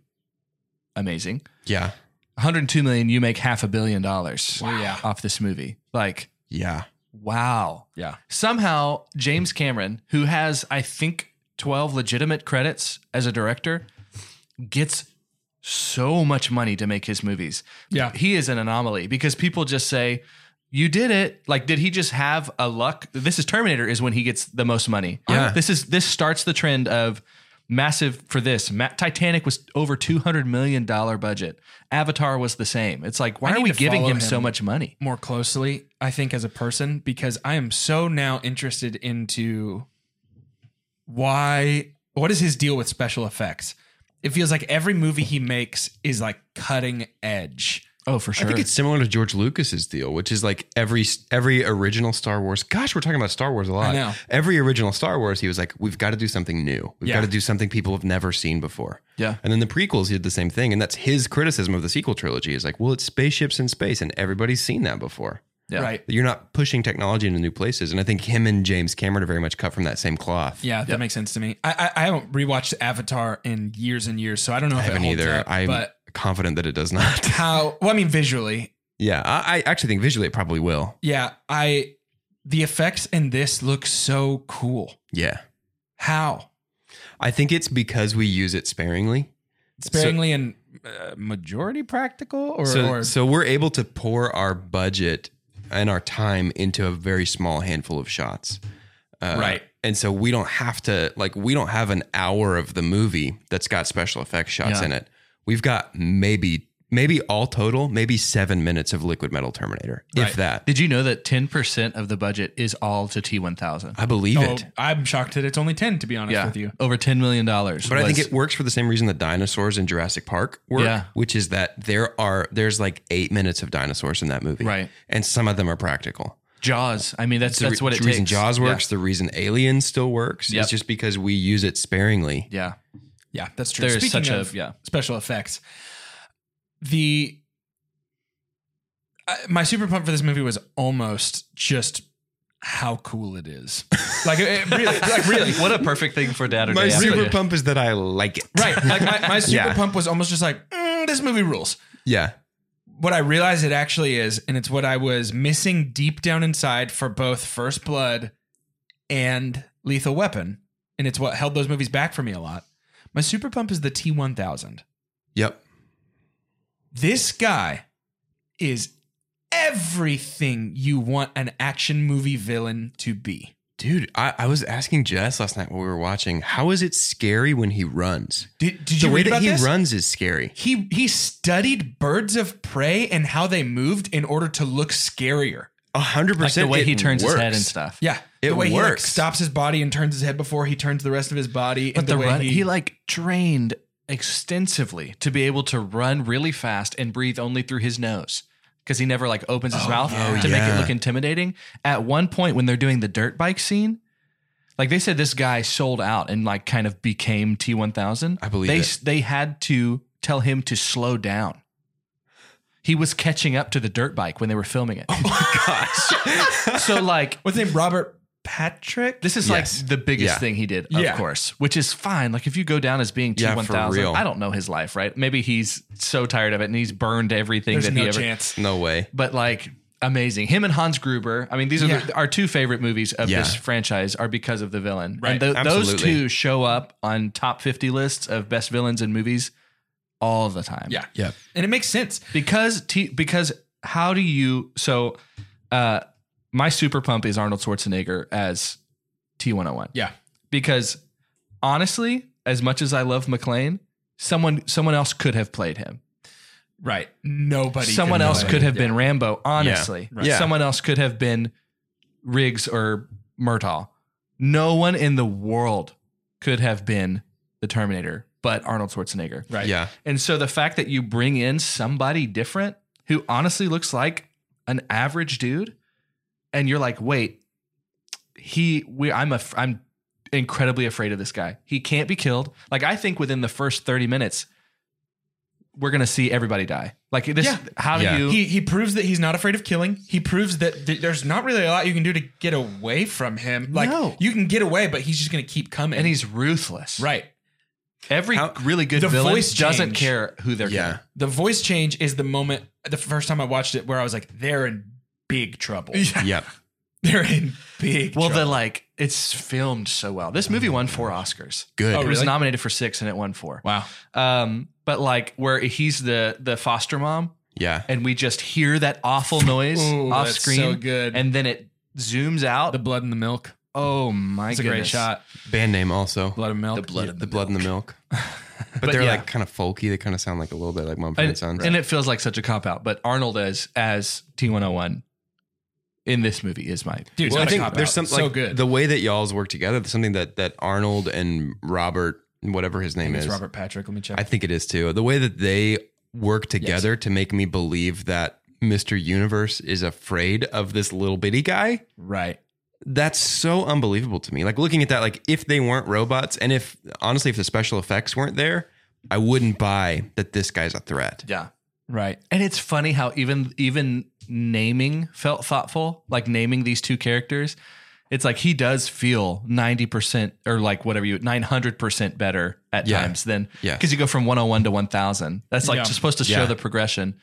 [SPEAKER 4] Amazing.
[SPEAKER 6] Yeah.
[SPEAKER 4] 102 million, you make half a billion dollars.
[SPEAKER 5] Wow. Yeah.
[SPEAKER 4] Off this movie, like
[SPEAKER 6] Yeah.
[SPEAKER 4] wow.
[SPEAKER 7] Yeah.
[SPEAKER 4] Somehow James Cameron, who has I think 12 legitimate credits as a director, gets so much money to make his movies.
[SPEAKER 5] Yeah.
[SPEAKER 4] he is an anomaly because people just say you did it like did he just have a luck this is terminator is when he gets the most money
[SPEAKER 6] Yeah.
[SPEAKER 4] this is this starts the trend of massive for this Ma- titanic was over 200 million dollar budget avatar was the same it's like why
[SPEAKER 5] I
[SPEAKER 4] are
[SPEAKER 5] need
[SPEAKER 4] we
[SPEAKER 5] to
[SPEAKER 4] giving
[SPEAKER 5] follow
[SPEAKER 4] him, so
[SPEAKER 5] him.
[SPEAKER 4] much money
[SPEAKER 5] More closely, I think as a person, because I am so now interested into why what is his deal with special effects? It feels like every movie he makes is like cutting edge.
[SPEAKER 4] oh for sure
[SPEAKER 6] I think it's similar to George Lucas's deal, which is like every every original Star Wars. Gosh, we're talking about Star Wars a lot.
[SPEAKER 5] I know.
[SPEAKER 6] Every original Star Wars, he was like, "We've got to do something new. We've
[SPEAKER 5] Yeah.
[SPEAKER 6] got to do something people have never seen before."
[SPEAKER 4] Yeah.
[SPEAKER 6] And then the prequels, he did the same thing, and that's his criticism of the sequel trilogy. Is like, "Well, it's spaceships in space, and everybody's seen that before."
[SPEAKER 4] Yeah.
[SPEAKER 5] Right.
[SPEAKER 6] You're not pushing technology into new places, and I think him and James Cameron are very much cut from that same cloth.
[SPEAKER 5] Yeah, that makes sense to me. I, I I haven't rewatched Avatar in years and years, so I don't know
[SPEAKER 6] I
[SPEAKER 5] if
[SPEAKER 6] haven't
[SPEAKER 5] it holds
[SPEAKER 6] either.
[SPEAKER 5] up.
[SPEAKER 6] I'm
[SPEAKER 5] but
[SPEAKER 6] confident that it does not.
[SPEAKER 5] how? Well, I mean, visually,
[SPEAKER 6] yeah, I, I actually think visually it probably will.
[SPEAKER 5] yeah. I the effects in this look so cool.
[SPEAKER 6] Yeah,
[SPEAKER 5] How
[SPEAKER 6] I think it's because we use it sparingly.
[SPEAKER 5] sparingly and uh, majority practical, or,
[SPEAKER 6] so,
[SPEAKER 5] or
[SPEAKER 6] so we're able to pour our budget and our time into a very small handful of shots. Uh,
[SPEAKER 5] Right.
[SPEAKER 6] And so we don't have to, like, we don't have an hour of the movie that's got special effects shots
[SPEAKER 4] Yeah.
[SPEAKER 6] in it. We've got maybe, maybe all total, maybe seven minutes of liquid metal Terminator, if
[SPEAKER 5] Right.
[SPEAKER 6] that.
[SPEAKER 4] did you know that 10% of the budget is all to t1000
[SPEAKER 6] I believe
[SPEAKER 5] Oh,
[SPEAKER 6] it.
[SPEAKER 5] I'm shocked that it's only ten. To be honest with you,
[SPEAKER 4] over 10 million dollars
[SPEAKER 6] But I think it works for the same reason that dinosaurs in Jurassic Park work,
[SPEAKER 4] Yeah.
[SPEAKER 6] which is that there are there's like eight minutes of dinosaurs in that movie,
[SPEAKER 4] Right.
[SPEAKER 6] And some of them are practical.
[SPEAKER 4] jaws i mean that's
[SPEAKER 6] the
[SPEAKER 4] that's
[SPEAKER 6] re-
[SPEAKER 4] what it
[SPEAKER 6] the reason
[SPEAKER 4] takes
[SPEAKER 6] Jaws works, the reason Alien still works.
[SPEAKER 4] Yep.
[SPEAKER 6] It's just because we use it sparingly.
[SPEAKER 4] yeah,
[SPEAKER 5] yeah, that's true.
[SPEAKER 4] there is
[SPEAKER 5] Speaking
[SPEAKER 4] such
[SPEAKER 5] of
[SPEAKER 4] a yeah
[SPEAKER 5] special effects, the I my super pump for this movie was almost just how cool it is. Like, it- it really, like really,
[SPEAKER 4] what a perfect thing for dad or
[SPEAKER 6] My
[SPEAKER 4] day after
[SPEAKER 6] super
[SPEAKER 4] day.
[SPEAKER 6] pump is that I like it.
[SPEAKER 5] Right. Like my, my super
[SPEAKER 6] Yeah.
[SPEAKER 5] pump was almost just like, "Mm, this movie rules.
[SPEAKER 6] Yeah.
[SPEAKER 5] What I realized it actually is, and it's what I was missing deep down inside for both First Blood and Lethal Weapon. And it's what held those movies back for me a lot. My super pump is the T 1000.
[SPEAKER 6] Yep.
[SPEAKER 5] This guy is everything you want an action movie villain to be.
[SPEAKER 6] Dude, I, I was asking Jess last night when we were watching, how is it scary when he runs?
[SPEAKER 5] Did, did
[SPEAKER 6] the
[SPEAKER 5] you
[SPEAKER 6] way
[SPEAKER 5] read
[SPEAKER 6] that
[SPEAKER 5] about
[SPEAKER 6] he
[SPEAKER 5] this?
[SPEAKER 6] runs is scary.
[SPEAKER 5] He he studied birds of prey and how they moved in order to look scarier.
[SPEAKER 6] A hundred
[SPEAKER 4] like the
[SPEAKER 6] percent.
[SPEAKER 4] way
[SPEAKER 6] it
[SPEAKER 4] he turns his head
[SPEAKER 6] works.
[SPEAKER 4] and stuff
[SPEAKER 5] Yeah,
[SPEAKER 6] It
[SPEAKER 5] the way he like,
[SPEAKER 6] works.
[SPEAKER 5] stops his body and turns his head before he turns the rest of his body.
[SPEAKER 4] But
[SPEAKER 5] and
[SPEAKER 4] the,
[SPEAKER 5] way
[SPEAKER 4] run, he, like trained extensively to be able to run really fast and breathe only through his nose because he never like opens his mouth
[SPEAKER 6] yeah.
[SPEAKER 4] to make
[SPEAKER 6] yeah.
[SPEAKER 4] it look intimidating. At one point, when they're doing the dirt bike scene, like they said, this guy sold out and like kind of became T one thousand.
[SPEAKER 6] I believe
[SPEAKER 4] they
[SPEAKER 6] it.
[SPEAKER 4] s- they had to tell him to slow down. He was catching up to the dirt bike when they were filming it.
[SPEAKER 6] Oh
[SPEAKER 4] so like
[SPEAKER 5] what's his name? Robert Patrick.
[SPEAKER 4] this is
[SPEAKER 6] Yes.
[SPEAKER 4] like the biggest
[SPEAKER 6] Yeah.
[SPEAKER 4] thing he did, of
[SPEAKER 5] Yeah.
[SPEAKER 4] course, which is fine. Like if you go down as being T
[SPEAKER 6] Yeah, for
[SPEAKER 4] one thousand,
[SPEAKER 6] real.
[SPEAKER 4] I don't know his life, right? Maybe he's so tired of it and he's burned everything
[SPEAKER 5] There's
[SPEAKER 4] that
[SPEAKER 5] no
[SPEAKER 4] he ever.
[SPEAKER 5] chance.
[SPEAKER 6] No way.
[SPEAKER 4] But like amazing, him and Hans Gruber. I mean, these are
[SPEAKER 5] Yeah.
[SPEAKER 4] the, our two favorite movies of
[SPEAKER 6] Yeah.
[SPEAKER 4] this franchise are because of the villain,
[SPEAKER 5] Right.
[SPEAKER 4] and tho- those
[SPEAKER 6] Absolutely.
[SPEAKER 4] two show up on top fifty lists of best villains in movies all the time.
[SPEAKER 5] Yeah,
[SPEAKER 6] Yep.
[SPEAKER 5] and it makes sense.
[SPEAKER 4] because t- because how do you so uh my super pump is Arnold Schwarzenegger as T101.
[SPEAKER 5] Yeah.
[SPEAKER 4] Because honestly, as much as I love McLean, someone someone else could have played him.
[SPEAKER 5] Right, nobody.
[SPEAKER 4] someone else
[SPEAKER 5] play
[SPEAKER 4] could
[SPEAKER 5] it.
[SPEAKER 4] have
[SPEAKER 5] Yeah.
[SPEAKER 4] been Rambo, honestly.
[SPEAKER 6] Right. Yeah.
[SPEAKER 4] Someone else could have been Riggs or Murtaugh. No one in the world could have been the Terminator but Arnold Schwarzenegger.
[SPEAKER 5] Right.
[SPEAKER 6] Yeah.
[SPEAKER 4] And so the fact that you bring in somebody different who honestly looks like an average dude, and you're like, wait, he we I'm a I'm incredibly afraid of this guy. He can't be killed. Like I think within the first 30 minutes we're going to see everybody die. Like this
[SPEAKER 5] Yeah.
[SPEAKER 4] how do
[SPEAKER 6] Yeah.
[SPEAKER 4] you
[SPEAKER 5] He he proves that he's not afraid of killing. He proves that th- there's not really a lot you can do to get away from him. Like
[SPEAKER 4] No.
[SPEAKER 5] you can get away, but he's just gonna keep coming.
[SPEAKER 4] and he's ruthless.
[SPEAKER 5] right.
[SPEAKER 4] Every
[SPEAKER 6] How-
[SPEAKER 4] really good
[SPEAKER 5] The
[SPEAKER 4] villain
[SPEAKER 5] voice
[SPEAKER 4] doesn't
[SPEAKER 5] change.
[SPEAKER 4] care who they're
[SPEAKER 6] Yeah.
[SPEAKER 4] killing.
[SPEAKER 5] The voice change is the moment the first time I watched it where I was like, they're in big trouble.
[SPEAKER 6] Yep.
[SPEAKER 5] They're in big
[SPEAKER 4] Well,
[SPEAKER 5] trouble.
[SPEAKER 4] then like it's filmed so well. This movie won 4 Oscars.
[SPEAKER 6] Good.
[SPEAKER 5] Oh,
[SPEAKER 4] It was
[SPEAKER 5] really?
[SPEAKER 4] nominated for 6 and it won 4.
[SPEAKER 5] wow.
[SPEAKER 4] Um but like where he's the the foster mom
[SPEAKER 6] Yeah.
[SPEAKER 4] and we just hear that awful noise
[SPEAKER 5] Ooh,
[SPEAKER 4] off
[SPEAKER 5] that's
[SPEAKER 4] screen
[SPEAKER 5] so good.
[SPEAKER 4] and then it zooms out.
[SPEAKER 5] the blood in the milk.
[SPEAKER 4] oh my
[SPEAKER 5] It's a
[SPEAKER 4] goodness.
[SPEAKER 5] great shot.
[SPEAKER 6] Band name also.
[SPEAKER 5] Blood and milk.
[SPEAKER 4] The blood
[SPEAKER 6] Yeah,
[SPEAKER 4] in
[SPEAKER 6] the blood in the milk. But,
[SPEAKER 4] But
[SPEAKER 6] they're
[SPEAKER 4] yeah.
[SPEAKER 6] like kind of folky. They kind of sound like a little bit like Mumford and,
[SPEAKER 4] and,
[SPEAKER 6] Sons.
[SPEAKER 4] and it feels like such a cop out, but Arnold as as T101 in this movie is my
[SPEAKER 5] Dude,
[SPEAKER 6] well, I
[SPEAKER 5] it's
[SPEAKER 6] think
[SPEAKER 5] not a
[SPEAKER 6] there's
[SPEAKER 5] cop-out.
[SPEAKER 6] some
[SPEAKER 5] It's
[SPEAKER 6] like
[SPEAKER 5] so good.
[SPEAKER 6] the way that y'all's work together. Something that that Arnold and Robert, whatever his
[SPEAKER 5] I
[SPEAKER 6] name
[SPEAKER 5] think it's
[SPEAKER 6] is,
[SPEAKER 5] Robert Patrick. Let me check.
[SPEAKER 6] I think it is too. The way that they work together to make me believe that Mr. Universe is afraid of this little bitty guy.
[SPEAKER 5] right.
[SPEAKER 6] That's so unbelievable to me. Like looking at that, like if they weren't robots, and if honestly, if the special effects weren't there, I wouldn't buy that this guy's a threat.
[SPEAKER 4] yeah.
[SPEAKER 5] Right.
[SPEAKER 4] And it's funny how even even naming felt thoughtful, like naming these two characters. It's like he does feel 90% or like whatever you 900% better at
[SPEAKER 6] Yeah.
[SPEAKER 4] times than
[SPEAKER 6] Yeah.
[SPEAKER 4] cuz you go from 101 to 1000. That's like
[SPEAKER 5] Yeah.
[SPEAKER 4] just supposed to show
[SPEAKER 6] Yeah.
[SPEAKER 4] the progression,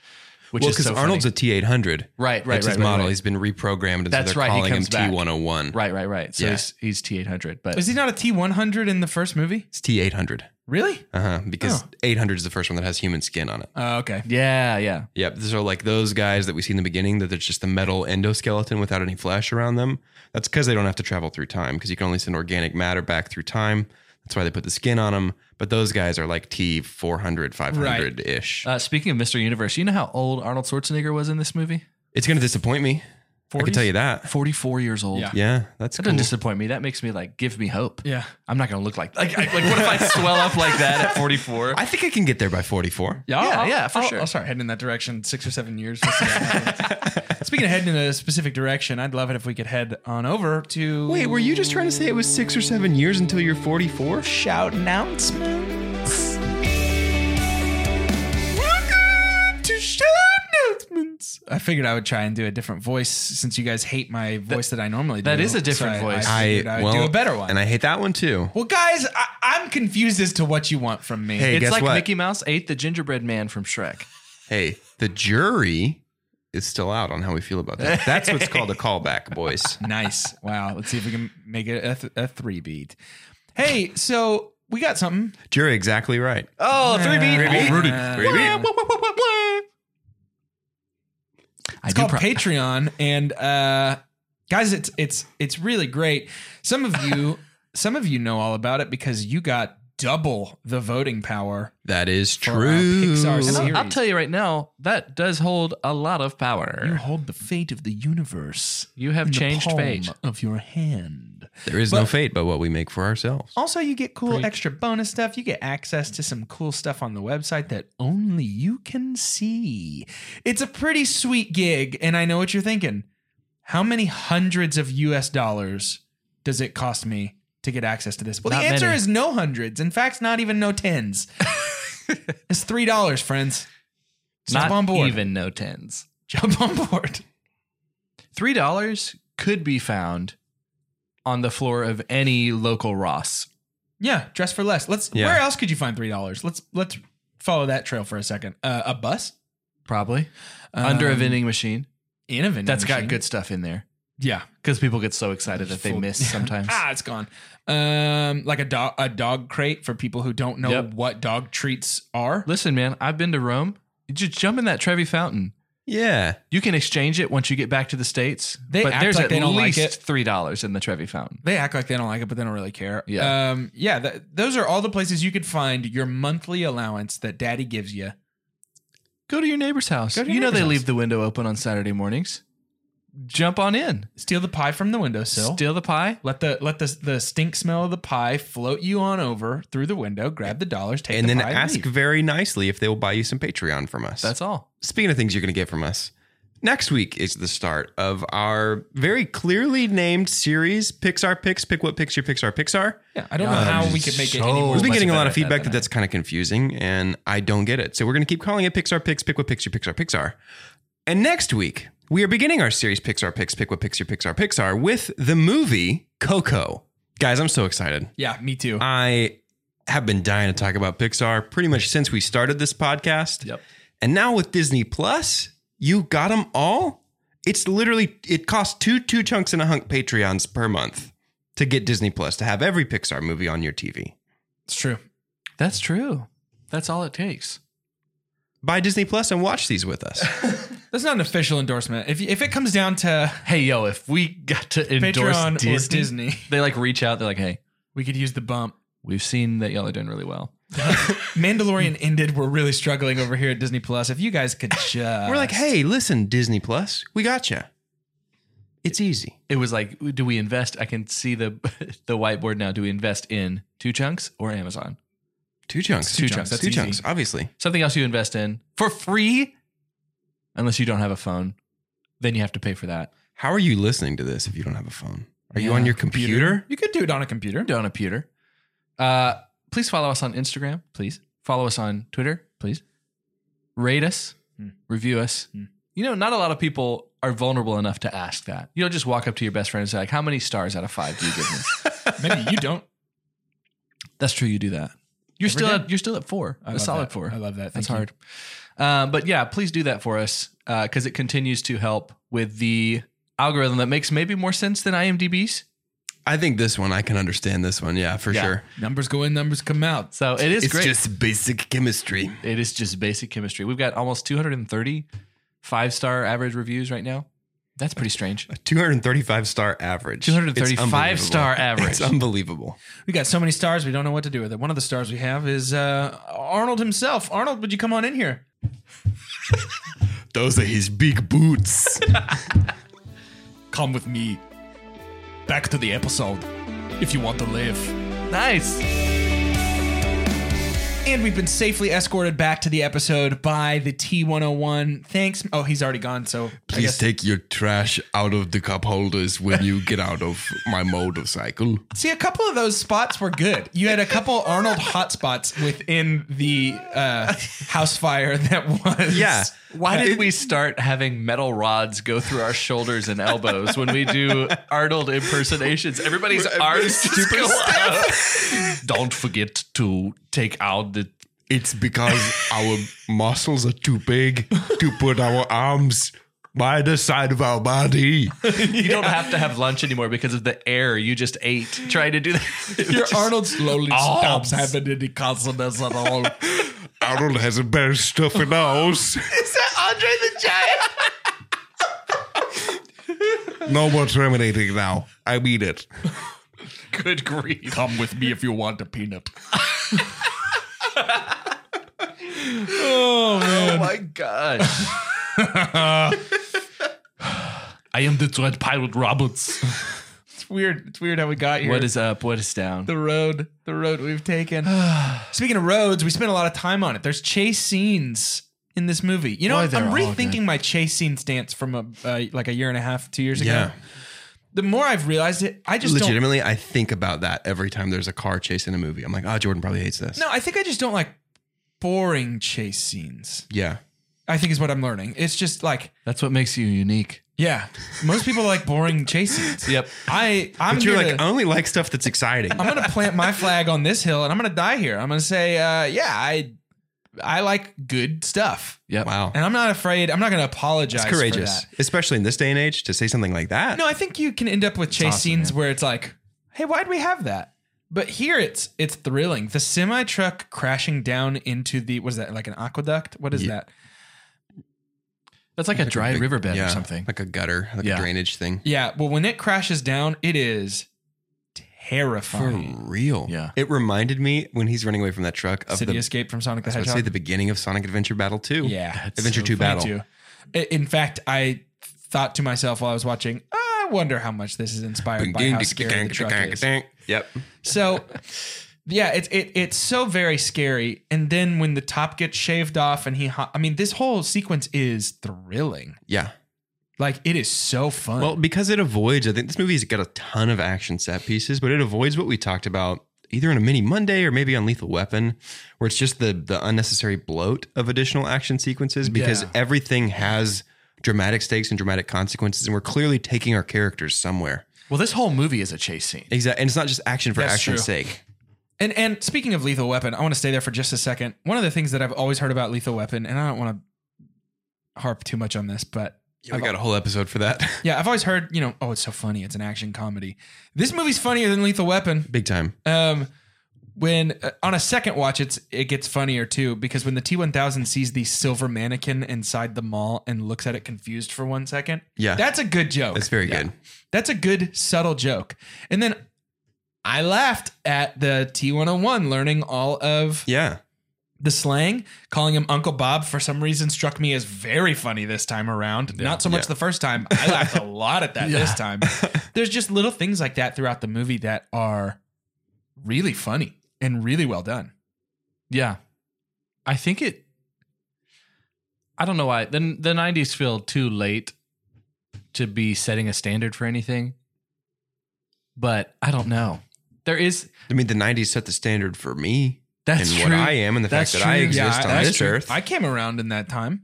[SPEAKER 4] which
[SPEAKER 6] well,
[SPEAKER 4] is
[SPEAKER 6] because
[SPEAKER 4] so
[SPEAKER 6] Arnold's
[SPEAKER 4] funny.
[SPEAKER 6] a T eight hundred.
[SPEAKER 4] right, right,
[SPEAKER 6] That's
[SPEAKER 4] right,
[SPEAKER 6] his
[SPEAKER 4] right,
[SPEAKER 6] model.
[SPEAKER 4] right.
[SPEAKER 6] He's been reprogrammed, and
[SPEAKER 4] That's
[SPEAKER 6] so they're
[SPEAKER 4] right, he
[SPEAKER 6] calling him
[SPEAKER 4] comes back.
[SPEAKER 6] T one hundred one.
[SPEAKER 4] Right, right, right. So
[SPEAKER 6] Yeah.
[SPEAKER 4] he's he's T eight hundred, but
[SPEAKER 5] Is he not a T one hundred in the first movie?
[SPEAKER 6] It's T eight hundred.
[SPEAKER 5] Really?
[SPEAKER 6] Uh huh. Because
[SPEAKER 4] Oh.
[SPEAKER 6] eight hundred is the first one that has human skin on it.
[SPEAKER 5] Oh, okay.
[SPEAKER 4] yeah, yeah.
[SPEAKER 6] Yep. These are like those guys that we see in the beginning that there's just the metal endoskeleton without any flesh around them. That's because they don't have to travel through time because you can only send organic matter back through time. That's why they put the skin on them. But those guys are like T 400, 500 ish.
[SPEAKER 4] Uh, speaking of Mr. Universe, you know how old Arnold Schwarzenegger was in this movie?
[SPEAKER 6] it's going to disappoint me. I can
[SPEAKER 4] 40s?
[SPEAKER 6] tell you that.
[SPEAKER 4] 44 years old.
[SPEAKER 5] Yeah.
[SPEAKER 6] Yeah. That's
[SPEAKER 4] That
[SPEAKER 6] cool.
[SPEAKER 4] doesn't disappoint me. That makes me like give me hope.
[SPEAKER 5] Yeah.
[SPEAKER 4] I'm not gonna look like like, I, like what if I swell up like that at 44?
[SPEAKER 6] I think I can get there by 44.
[SPEAKER 5] Yeah,
[SPEAKER 4] Yeah,
[SPEAKER 5] I'll-
[SPEAKER 4] yeah, for
[SPEAKER 5] I'll-
[SPEAKER 4] sure.
[SPEAKER 5] I'll start heading in that direction six or seven years. We'll see what happens. Speaking of heading in a specific direction, I'd love it if we could head on over to.
[SPEAKER 6] Wait, were you just trying to say it was six or seven years until you're 44?
[SPEAKER 5] shout announcements? Welcome to shout announcements. I figured I would try and do a different voice since you guys hate my voice that, I normally do.
[SPEAKER 4] that is a different
[SPEAKER 5] So I-
[SPEAKER 4] voice.
[SPEAKER 5] I,
[SPEAKER 6] I,
[SPEAKER 5] figured I, would
[SPEAKER 6] well,
[SPEAKER 5] do a better one.
[SPEAKER 6] And I hate that one too.
[SPEAKER 5] well, guys, I, I'm confused as to what you want from me.
[SPEAKER 6] Hey,
[SPEAKER 4] it's
[SPEAKER 6] guess
[SPEAKER 4] like
[SPEAKER 6] what?
[SPEAKER 4] Mickey Mouse ate the gingerbread man from Shrek.
[SPEAKER 6] Hey, the jury is still out on how we feel about that. That's what's called a callback, boys.
[SPEAKER 5] Nice. Wow. Let's see if we can make it a, th- a three beat. Hey, so we got something.
[SPEAKER 6] Jury, exactly right.
[SPEAKER 4] Oh, three beat.
[SPEAKER 5] beat.
[SPEAKER 4] Rudy.
[SPEAKER 5] Uh,
[SPEAKER 4] Wah,
[SPEAKER 5] yeah.
[SPEAKER 4] wah, wah, wah, wah, wah. I
[SPEAKER 5] It's
[SPEAKER 4] do
[SPEAKER 5] called
[SPEAKER 4] pro-
[SPEAKER 5] Patreon, and uh, guys, it's it's it's really great. Some of you, some of you know all about it because you got double the voting power.
[SPEAKER 6] That is
[SPEAKER 5] our
[SPEAKER 6] true.
[SPEAKER 5] Pixar
[SPEAKER 4] And I'll, I'll
[SPEAKER 5] series.
[SPEAKER 4] tell you right now, that does hold a lot of power.
[SPEAKER 5] hold the fate of the universe.
[SPEAKER 4] You have
[SPEAKER 5] in the
[SPEAKER 4] changed
[SPEAKER 5] palm
[SPEAKER 4] fate.
[SPEAKER 5] of your hand.
[SPEAKER 6] There is no
[SPEAKER 5] But-
[SPEAKER 6] fate but what we make for ourselves.
[SPEAKER 5] Also, you get cool
[SPEAKER 4] Preach.
[SPEAKER 5] extra bonus stuff. You get access to some cool stuff on the website that only you can see. It's a pretty sweet gig, and I know what you're thinking. How many hundreds of US dollars does it cost me to get access to this? Well,
[SPEAKER 4] Not
[SPEAKER 5] the answer
[SPEAKER 4] many.
[SPEAKER 5] is no hundreds. In fact, not even no tens. it's $3, friends. Jump
[SPEAKER 4] Not
[SPEAKER 5] on board.
[SPEAKER 4] even no tens.
[SPEAKER 5] Jump on board.
[SPEAKER 4] Three dollars could be found on the floor of any local Ross.
[SPEAKER 5] Yeah, dress for less. Let's.
[SPEAKER 6] Yeah.
[SPEAKER 5] Where else could you find three dollars? Let's let's follow that trail for a second. Uh, a bus
[SPEAKER 4] Probably under a
[SPEAKER 5] Um,
[SPEAKER 4] vending machine.
[SPEAKER 5] in a vending.
[SPEAKER 4] That's
[SPEAKER 5] machine.
[SPEAKER 4] got good stuff in there
[SPEAKER 5] Yeah,
[SPEAKER 4] because people get so excited that they
[SPEAKER 5] Full-
[SPEAKER 4] miss sometimes.
[SPEAKER 5] ah, it's gone. Um, like a dog, a dog crate for people who don't know
[SPEAKER 4] Yep.
[SPEAKER 5] what dog treats are.
[SPEAKER 4] Listen, man, I've been to Rome. You just jump in that Trevi fountain.
[SPEAKER 6] Yeah.
[SPEAKER 4] You can exchange it once you get back to the states.
[SPEAKER 5] They
[SPEAKER 4] but
[SPEAKER 5] act
[SPEAKER 4] there's
[SPEAKER 5] like
[SPEAKER 4] at
[SPEAKER 5] they don't
[SPEAKER 4] least
[SPEAKER 5] like it.
[SPEAKER 4] three dollars in the Trevi fountain.
[SPEAKER 5] They act like they don't like it, but they don't really care.
[SPEAKER 4] Yeah.
[SPEAKER 5] um, yeah. Th- those are all the places you could find your monthly allowance that Daddy gives you.
[SPEAKER 4] Go to your neighbor's house.
[SPEAKER 5] Go to your
[SPEAKER 4] you know they
[SPEAKER 5] neighbor's house.
[SPEAKER 4] leave the window open on Saturday mornings. Jump on in.
[SPEAKER 5] Steal the pie from the windowsill.
[SPEAKER 4] Steal the pie.
[SPEAKER 5] let the let the the stink smell of the pie float you on over through the window. Grab the dollars, take
[SPEAKER 6] and
[SPEAKER 5] the
[SPEAKER 6] then
[SPEAKER 5] pie,
[SPEAKER 6] ask
[SPEAKER 5] leave.
[SPEAKER 6] very nicely if they will buy you some Patreon from us.
[SPEAKER 4] That's all.
[SPEAKER 6] Speaking of things you're going to get from us, Next week is the start of our very clearly named series, Pixar Picks, Pick What Picks Your Pixar Pixar.
[SPEAKER 5] Yeah, I don't know
[SPEAKER 7] God,
[SPEAKER 5] how
[SPEAKER 7] I'm
[SPEAKER 5] we could make it
[SPEAKER 7] so-
[SPEAKER 5] any worse.
[SPEAKER 7] We've
[SPEAKER 6] We've been getting a lot of
[SPEAKER 4] better at
[SPEAKER 6] feedback
[SPEAKER 4] that
[SPEAKER 6] that that's kind of confusing, and I don't get it. So we're going to keep calling it Pixar Picks, Pick What Picks Your Pixar Pixar. And next week, we are beginning our series Pixar Picks, Pick What Picks Your Pixar Pixar with the movie Coco. Guys, I'm so excited.
[SPEAKER 5] Yeah, me too.
[SPEAKER 6] I have been dying to talk about Pixar pretty much since we started this podcast.
[SPEAKER 4] Yep.
[SPEAKER 6] And now with Disney Plus, you got them all. It's literally it costs two two chunks and a hunk Patreons per month to get Disney Plus to have every Pixar movie on your TV.
[SPEAKER 5] It's true.
[SPEAKER 4] That's true. That's all it takes.
[SPEAKER 6] Buy Disney Plus and watch these with us.
[SPEAKER 5] That's not an official endorsement. If if it comes down to
[SPEAKER 4] Hey, yo, if we got to endorse
[SPEAKER 5] Patreon
[SPEAKER 4] Disney,
[SPEAKER 5] or Disney,
[SPEAKER 4] they like reach out. They're like, hey,
[SPEAKER 5] we could use the bump.
[SPEAKER 4] we've seen that y'all are doing really well.
[SPEAKER 5] Mandalorian ended. We're really struggling over here at Disney Plus. If you guys could just
[SPEAKER 6] We're like, hey, listen, Disney Plus, we got you. It's easy.
[SPEAKER 4] It was like, do we invest? I can see the the whiteboard now. Do we invest in two chunks or Amazon?
[SPEAKER 6] Two chunks.
[SPEAKER 4] Two chunks, that's
[SPEAKER 6] Two
[SPEAKER 4] easy.
[SPEAKER 6] chunks. Obviously.
[SPEAKER 4] Something else you invest in for free, unless you don't have a phone, then you have to pay for that.
[SPEAKER 6] How are you listening to this if you don't have a phone? Are you
[SPEAKER 4] Yeah,
[SPEAKER 6] on your computer?
[SPEAKER 5] you could do it on a computer.
[SPEAKER 4] Don't computer. Uh, please follow us on Instagram. Please follow us on Twitter. Please rate us,
[SPEAKER 5] Hmm.
[SPEAKER 4] review us.
[SPEAKER 5] Hmm.
[SPEAKER 4] You know, not a lot of people are vulnerable enough to ask that. You don't just walk up to your best friend and say, like, "How many stars out of five do you give me?"
[SPEAKER 5] Maybe you don't.
[SPEAKER 4] That's true. You do that. You're
[SPEAKER 5] Every
[SPEAKER 4] still
[SPEAKER 5] day.
[SPEAKER 4] at, you're still at four.
[SPEAKER 5] I
[SPEAKER 4] A
[SPEAKER 5] love
[SPEAKER 4] solid
[SPEAKER 5] that.
[SPEAKER 4] four.
[SPEAKER 5] I love that.
[SPEAKER 4] That's
[SPEAKER 5] Thank you.
[SPEAKER 4] hard. Um, but yeah, please do that for us because it continues to help with the algorithm that makes maybe more sense than IMDb's.
[SPEAKER 6] I think this one, I can understand this one. Yeah, for
[SPEAKER 4] Yeah.
[SPEAKER 6] sure.
[SPEAKER 5] Numbers go in, numbers come out.
[SPEAKER 4] So it is
[SPEAKER 6] it's
[SPEAKER 4] great.
[SPEAKER 6] just basic chemistry.
[SPEAKER 4] it is just basic chemistry. We've got almost 230 five star average reviews right now. That's pretty strange.
[SPEAKER 6] A 235 star average.
[SPEAKER 4] 235
[SPEAKER 6] It's unbelievable.
[SPEAKER 4] star average.
[SPEAKER 6] It's unbelievable.
[SPEAKER 5] We got so many stars, we don't know what to do with it. One of the stars we have is uh, Arnold himself. Arnold, would you come on in here?
[SPEAKER 6] Those are his big boots.
[SPEAKER 5] Come with me. Back to the episode if you want to live.
[SPEAKER 4] Nice.
[SPEAKER 5] And we've been safely escorted back to the episode by the T101. Thanks. Oh, he's already gone, so I
[SPEAKER 6] Please
[SPEAKER 5] guess
[SPEAKER 6] take your trash out of the cup holders when you get out of my motorcycle.
[SPEAKER 5] See, a couple of those spots were good. You had a couple Arnold hot spots within the uh, house fire that was.
[SPEAKER 6] Yeah.
[SPEAKER 4] Why did we start having metal rods go through our shoulders and elbows when we do Arnold impersonations? Everybody's arms just go out. Don't forget to take out the.
[SPEAKER 6] It's because our muscles are too big to put our arms by the side of our body.
[SPEAKER 4] You don't have to have lunch anymore because of the air you just ate trying to do that.
[SPEAKER 5] Your Arnold slowly
[SPEAKER 4] Arms.
[SPEAKER 5] stops having any consonants at all.
[SPEAKER 6] Arnold has a better stuff in nose. No more terminating now. I mean it.
[SPEAKER 4] Good grief.
[SPEAKER 5] Come with me if you want a peanut.
[SPEAKER 4] Oh my gosh. I am the Dread Pirate Roberts.
[SPEAKER 5] It's weird. It's weird how we got here.
[SPEAKER 4] What is up? What is down?
[SPEAKER 5] the road, the road we've taken. Speaking of roads, we spent a lot of time on it. There's chase scenes in this movie. You know,
[SPEAKER 4] Boy,
[SPEAKER 5] I'm
[SPEAKER 4] they're all good.
[SPEAKER 5] rethinking my chase scene stance from a, uh, like a year and a half, two years ago.
[SPEAKER 6] Yeah.
[SPEAKER 5] The more I've realized it, I just don't.
[SPEAKER 6] Legitimately, I think about that every time there's a car chase in a movie. I'm like, oh, Jordan probably hates this.
[SPEAKER 5] No, I think I just don't like boring chase scenes.
[SPEAKER 6] Yeah.
[SPEAKER 5] I think is what I'm learning. It's just like,
[SPEAKER 4] That's what makes you unique.
[SPEAKER 5] yeah, most people like boring chase scenes.
[SPEAKER 4] Yep.
[SPEAKER 5] I, I'm
[SPEAKER 6] But you're
[SPEAKER 5] here
[SPEAKER 6] like, "Um,
[SPEAKER 5] to-
[SPEAKER 6] I only like stuff that's exciting.
[SPEAKER 5] I'm gonna plant my flag on this hill, and I'm gonna die here. I'm gonna say, uh, yeah, I, I like good stuff.
[SPEAKER 4] Yep.
[SPEAKER 6] wow.
[SPEAKER 5] And I'm not afraid. I'm not going to apologize.
[SPEAKER 6] It's
[SPEAKER 5] for
[SPEAKER 6] courageous, especially in this day and age, to say something like that.
[SPEAKER 5] that. No, I think you can end up with chase
[SPEAKER 4] awesome,
[SPEAKER 5] scenes where it's like, "Hey, why'd we have that?" But here it's it's thrilling. The semi truck crashing down into the what is that like an aqueduct? What is
[SPEAKER 6] Yeah.
[SPEAKER 5] that?
[SPEAKER 4] That's like a dry
[SPEAKER 6] big-
[SPEAKER 4] riverbed
[SPEAKER 6] yeah,
[SPEAKER 4] or something.
[SPEAKER 6] Like a gutter, like
[SPEAKER 4] Yeah.
[SPEAKER 6] a drainage thing.
[SPEAKER 5] Yeah. Well, when it crashes down, it is
[SPEAKER 6] For
[SPEAKER 5] terrifying.
[SPEAKER 6] real.
[SPEAKER 4] Yeah.
[SPEAKER 6] It reminded me when he's running away from that truck of
[SPEAKER 5] City
[SPEAKER 6] the,
[SPEAKER 5] Escape from Sonic
[SPEAKER 6] I
[SPEAKER 5] the
[SPEAKER 6] was about to say
[SPEAKER 5] Hedgehog.
[SPEAKER 6] the beginning of Sonic Adventure Battle 2.
[SPEAKER 5] yeah,
[SPEAKER 6] Adventure 2
[SPEAKER 5] funny
[SPEAKER 6] Battle.
[SPEAKER 5] too. I- In fact, I thought to myself while I was watching, "Ah, I wonder how much this is inspired by how scary the truck is.
[SPEAKER 6] Yep.
[SPEAKER 5] So yeah, it's it it's so very scary. And then when the top gets shaved off and he ho- I mean this whole sequence is thrilling.
[SPEAKER 6] Yeah.
[SPEAKER 5] Like it is so fun.
[SPEAKER 6] Well, because it avoids, I think this movie's got a ton of action set pieces, but it avoids what we talked about either in a mini Monday or maybe on Lethal Weapon, where it's just the the unnecessary bloat of additional action sequences because
[SPEAKER 5] Yeah.
[SPEAKER 6] everything has dramatic stakes and dramatic consequences, and we're clearly taking our characters somewhere.
[SPEAKER 4] Well, this whole movie is a chase scene.
[SPEAKER 6] Exactly, and it's not just action for
[SPEAKER 5] That's
[SPEAKER 6] action's
[SPEAKER 5] true.
[SPEAKER 6] sake.
[SPEAKER 5] And and speaking of Lethal Weapon, I want to stay there for just a second. One of the things that I've always heard about Lethal Weapon, and I don't want to harp too much on this, but
[SPEAKER 6] Yeah, we got a whole episode for that,
[SPEAKER 5] yeah, I've always heard, you know, oh, it's so funny. It's an action comedy. This movie's funnier than Lethal Weapon.
[SPEAKER 6] big time.
[SPEAKER 5] Um, when uh, on a second watch, it's it gets funnier too because when the T one thousand sees the silver mannequin inside the mall and looks at it confused for one second,
[SPEAKER 6] Yeah.
[SPEAKER 5] that's a good joke.
[SPEAKER 6] That's very
[SPEAKER 5] Yeah.
[SPEAKER 6] good.
[SPEAKER 5] That's a good subtle joke. And then I laughed at the T one hundred one learning all of
[SPEAKER 6] Yeah,
[SPEAKER 5] the slang, calling him Uncle Bob for some reason struck me as very funny this time around. Not so much
[SPEAKER 6] Yeah.
[SPEAKER 5] the first time. I laughed a lot at that this time. There's just little things like that throughout the movie that are really funny and really well done.
[SPEAKER 4] Yeah. I think it I don't know why. Then the 90s feel too late to be setting a standard for anything. But I don't know. There is
[SPEAKER 6] I mean, the '90s set the standard for me
[SPEAKER 4] that's
[SPEAKER 6] and
[SPEAKER 4] true.
[SPEAKER 6] what I am, and the
[SPEAKER 4] That's
[SPEAKER 6] fact that I
[SPEAKER 4] true.
[SPEAKER 6] exist
[SPEAKER 4] Yeah,
[SPEAKER 6] on
[SPEAKER 4] that's
[SPEAKER 6] this
[SPEAKER 4] true.
[SPEAKER 6] earth.
[SPEAKER 5] I came around in that time.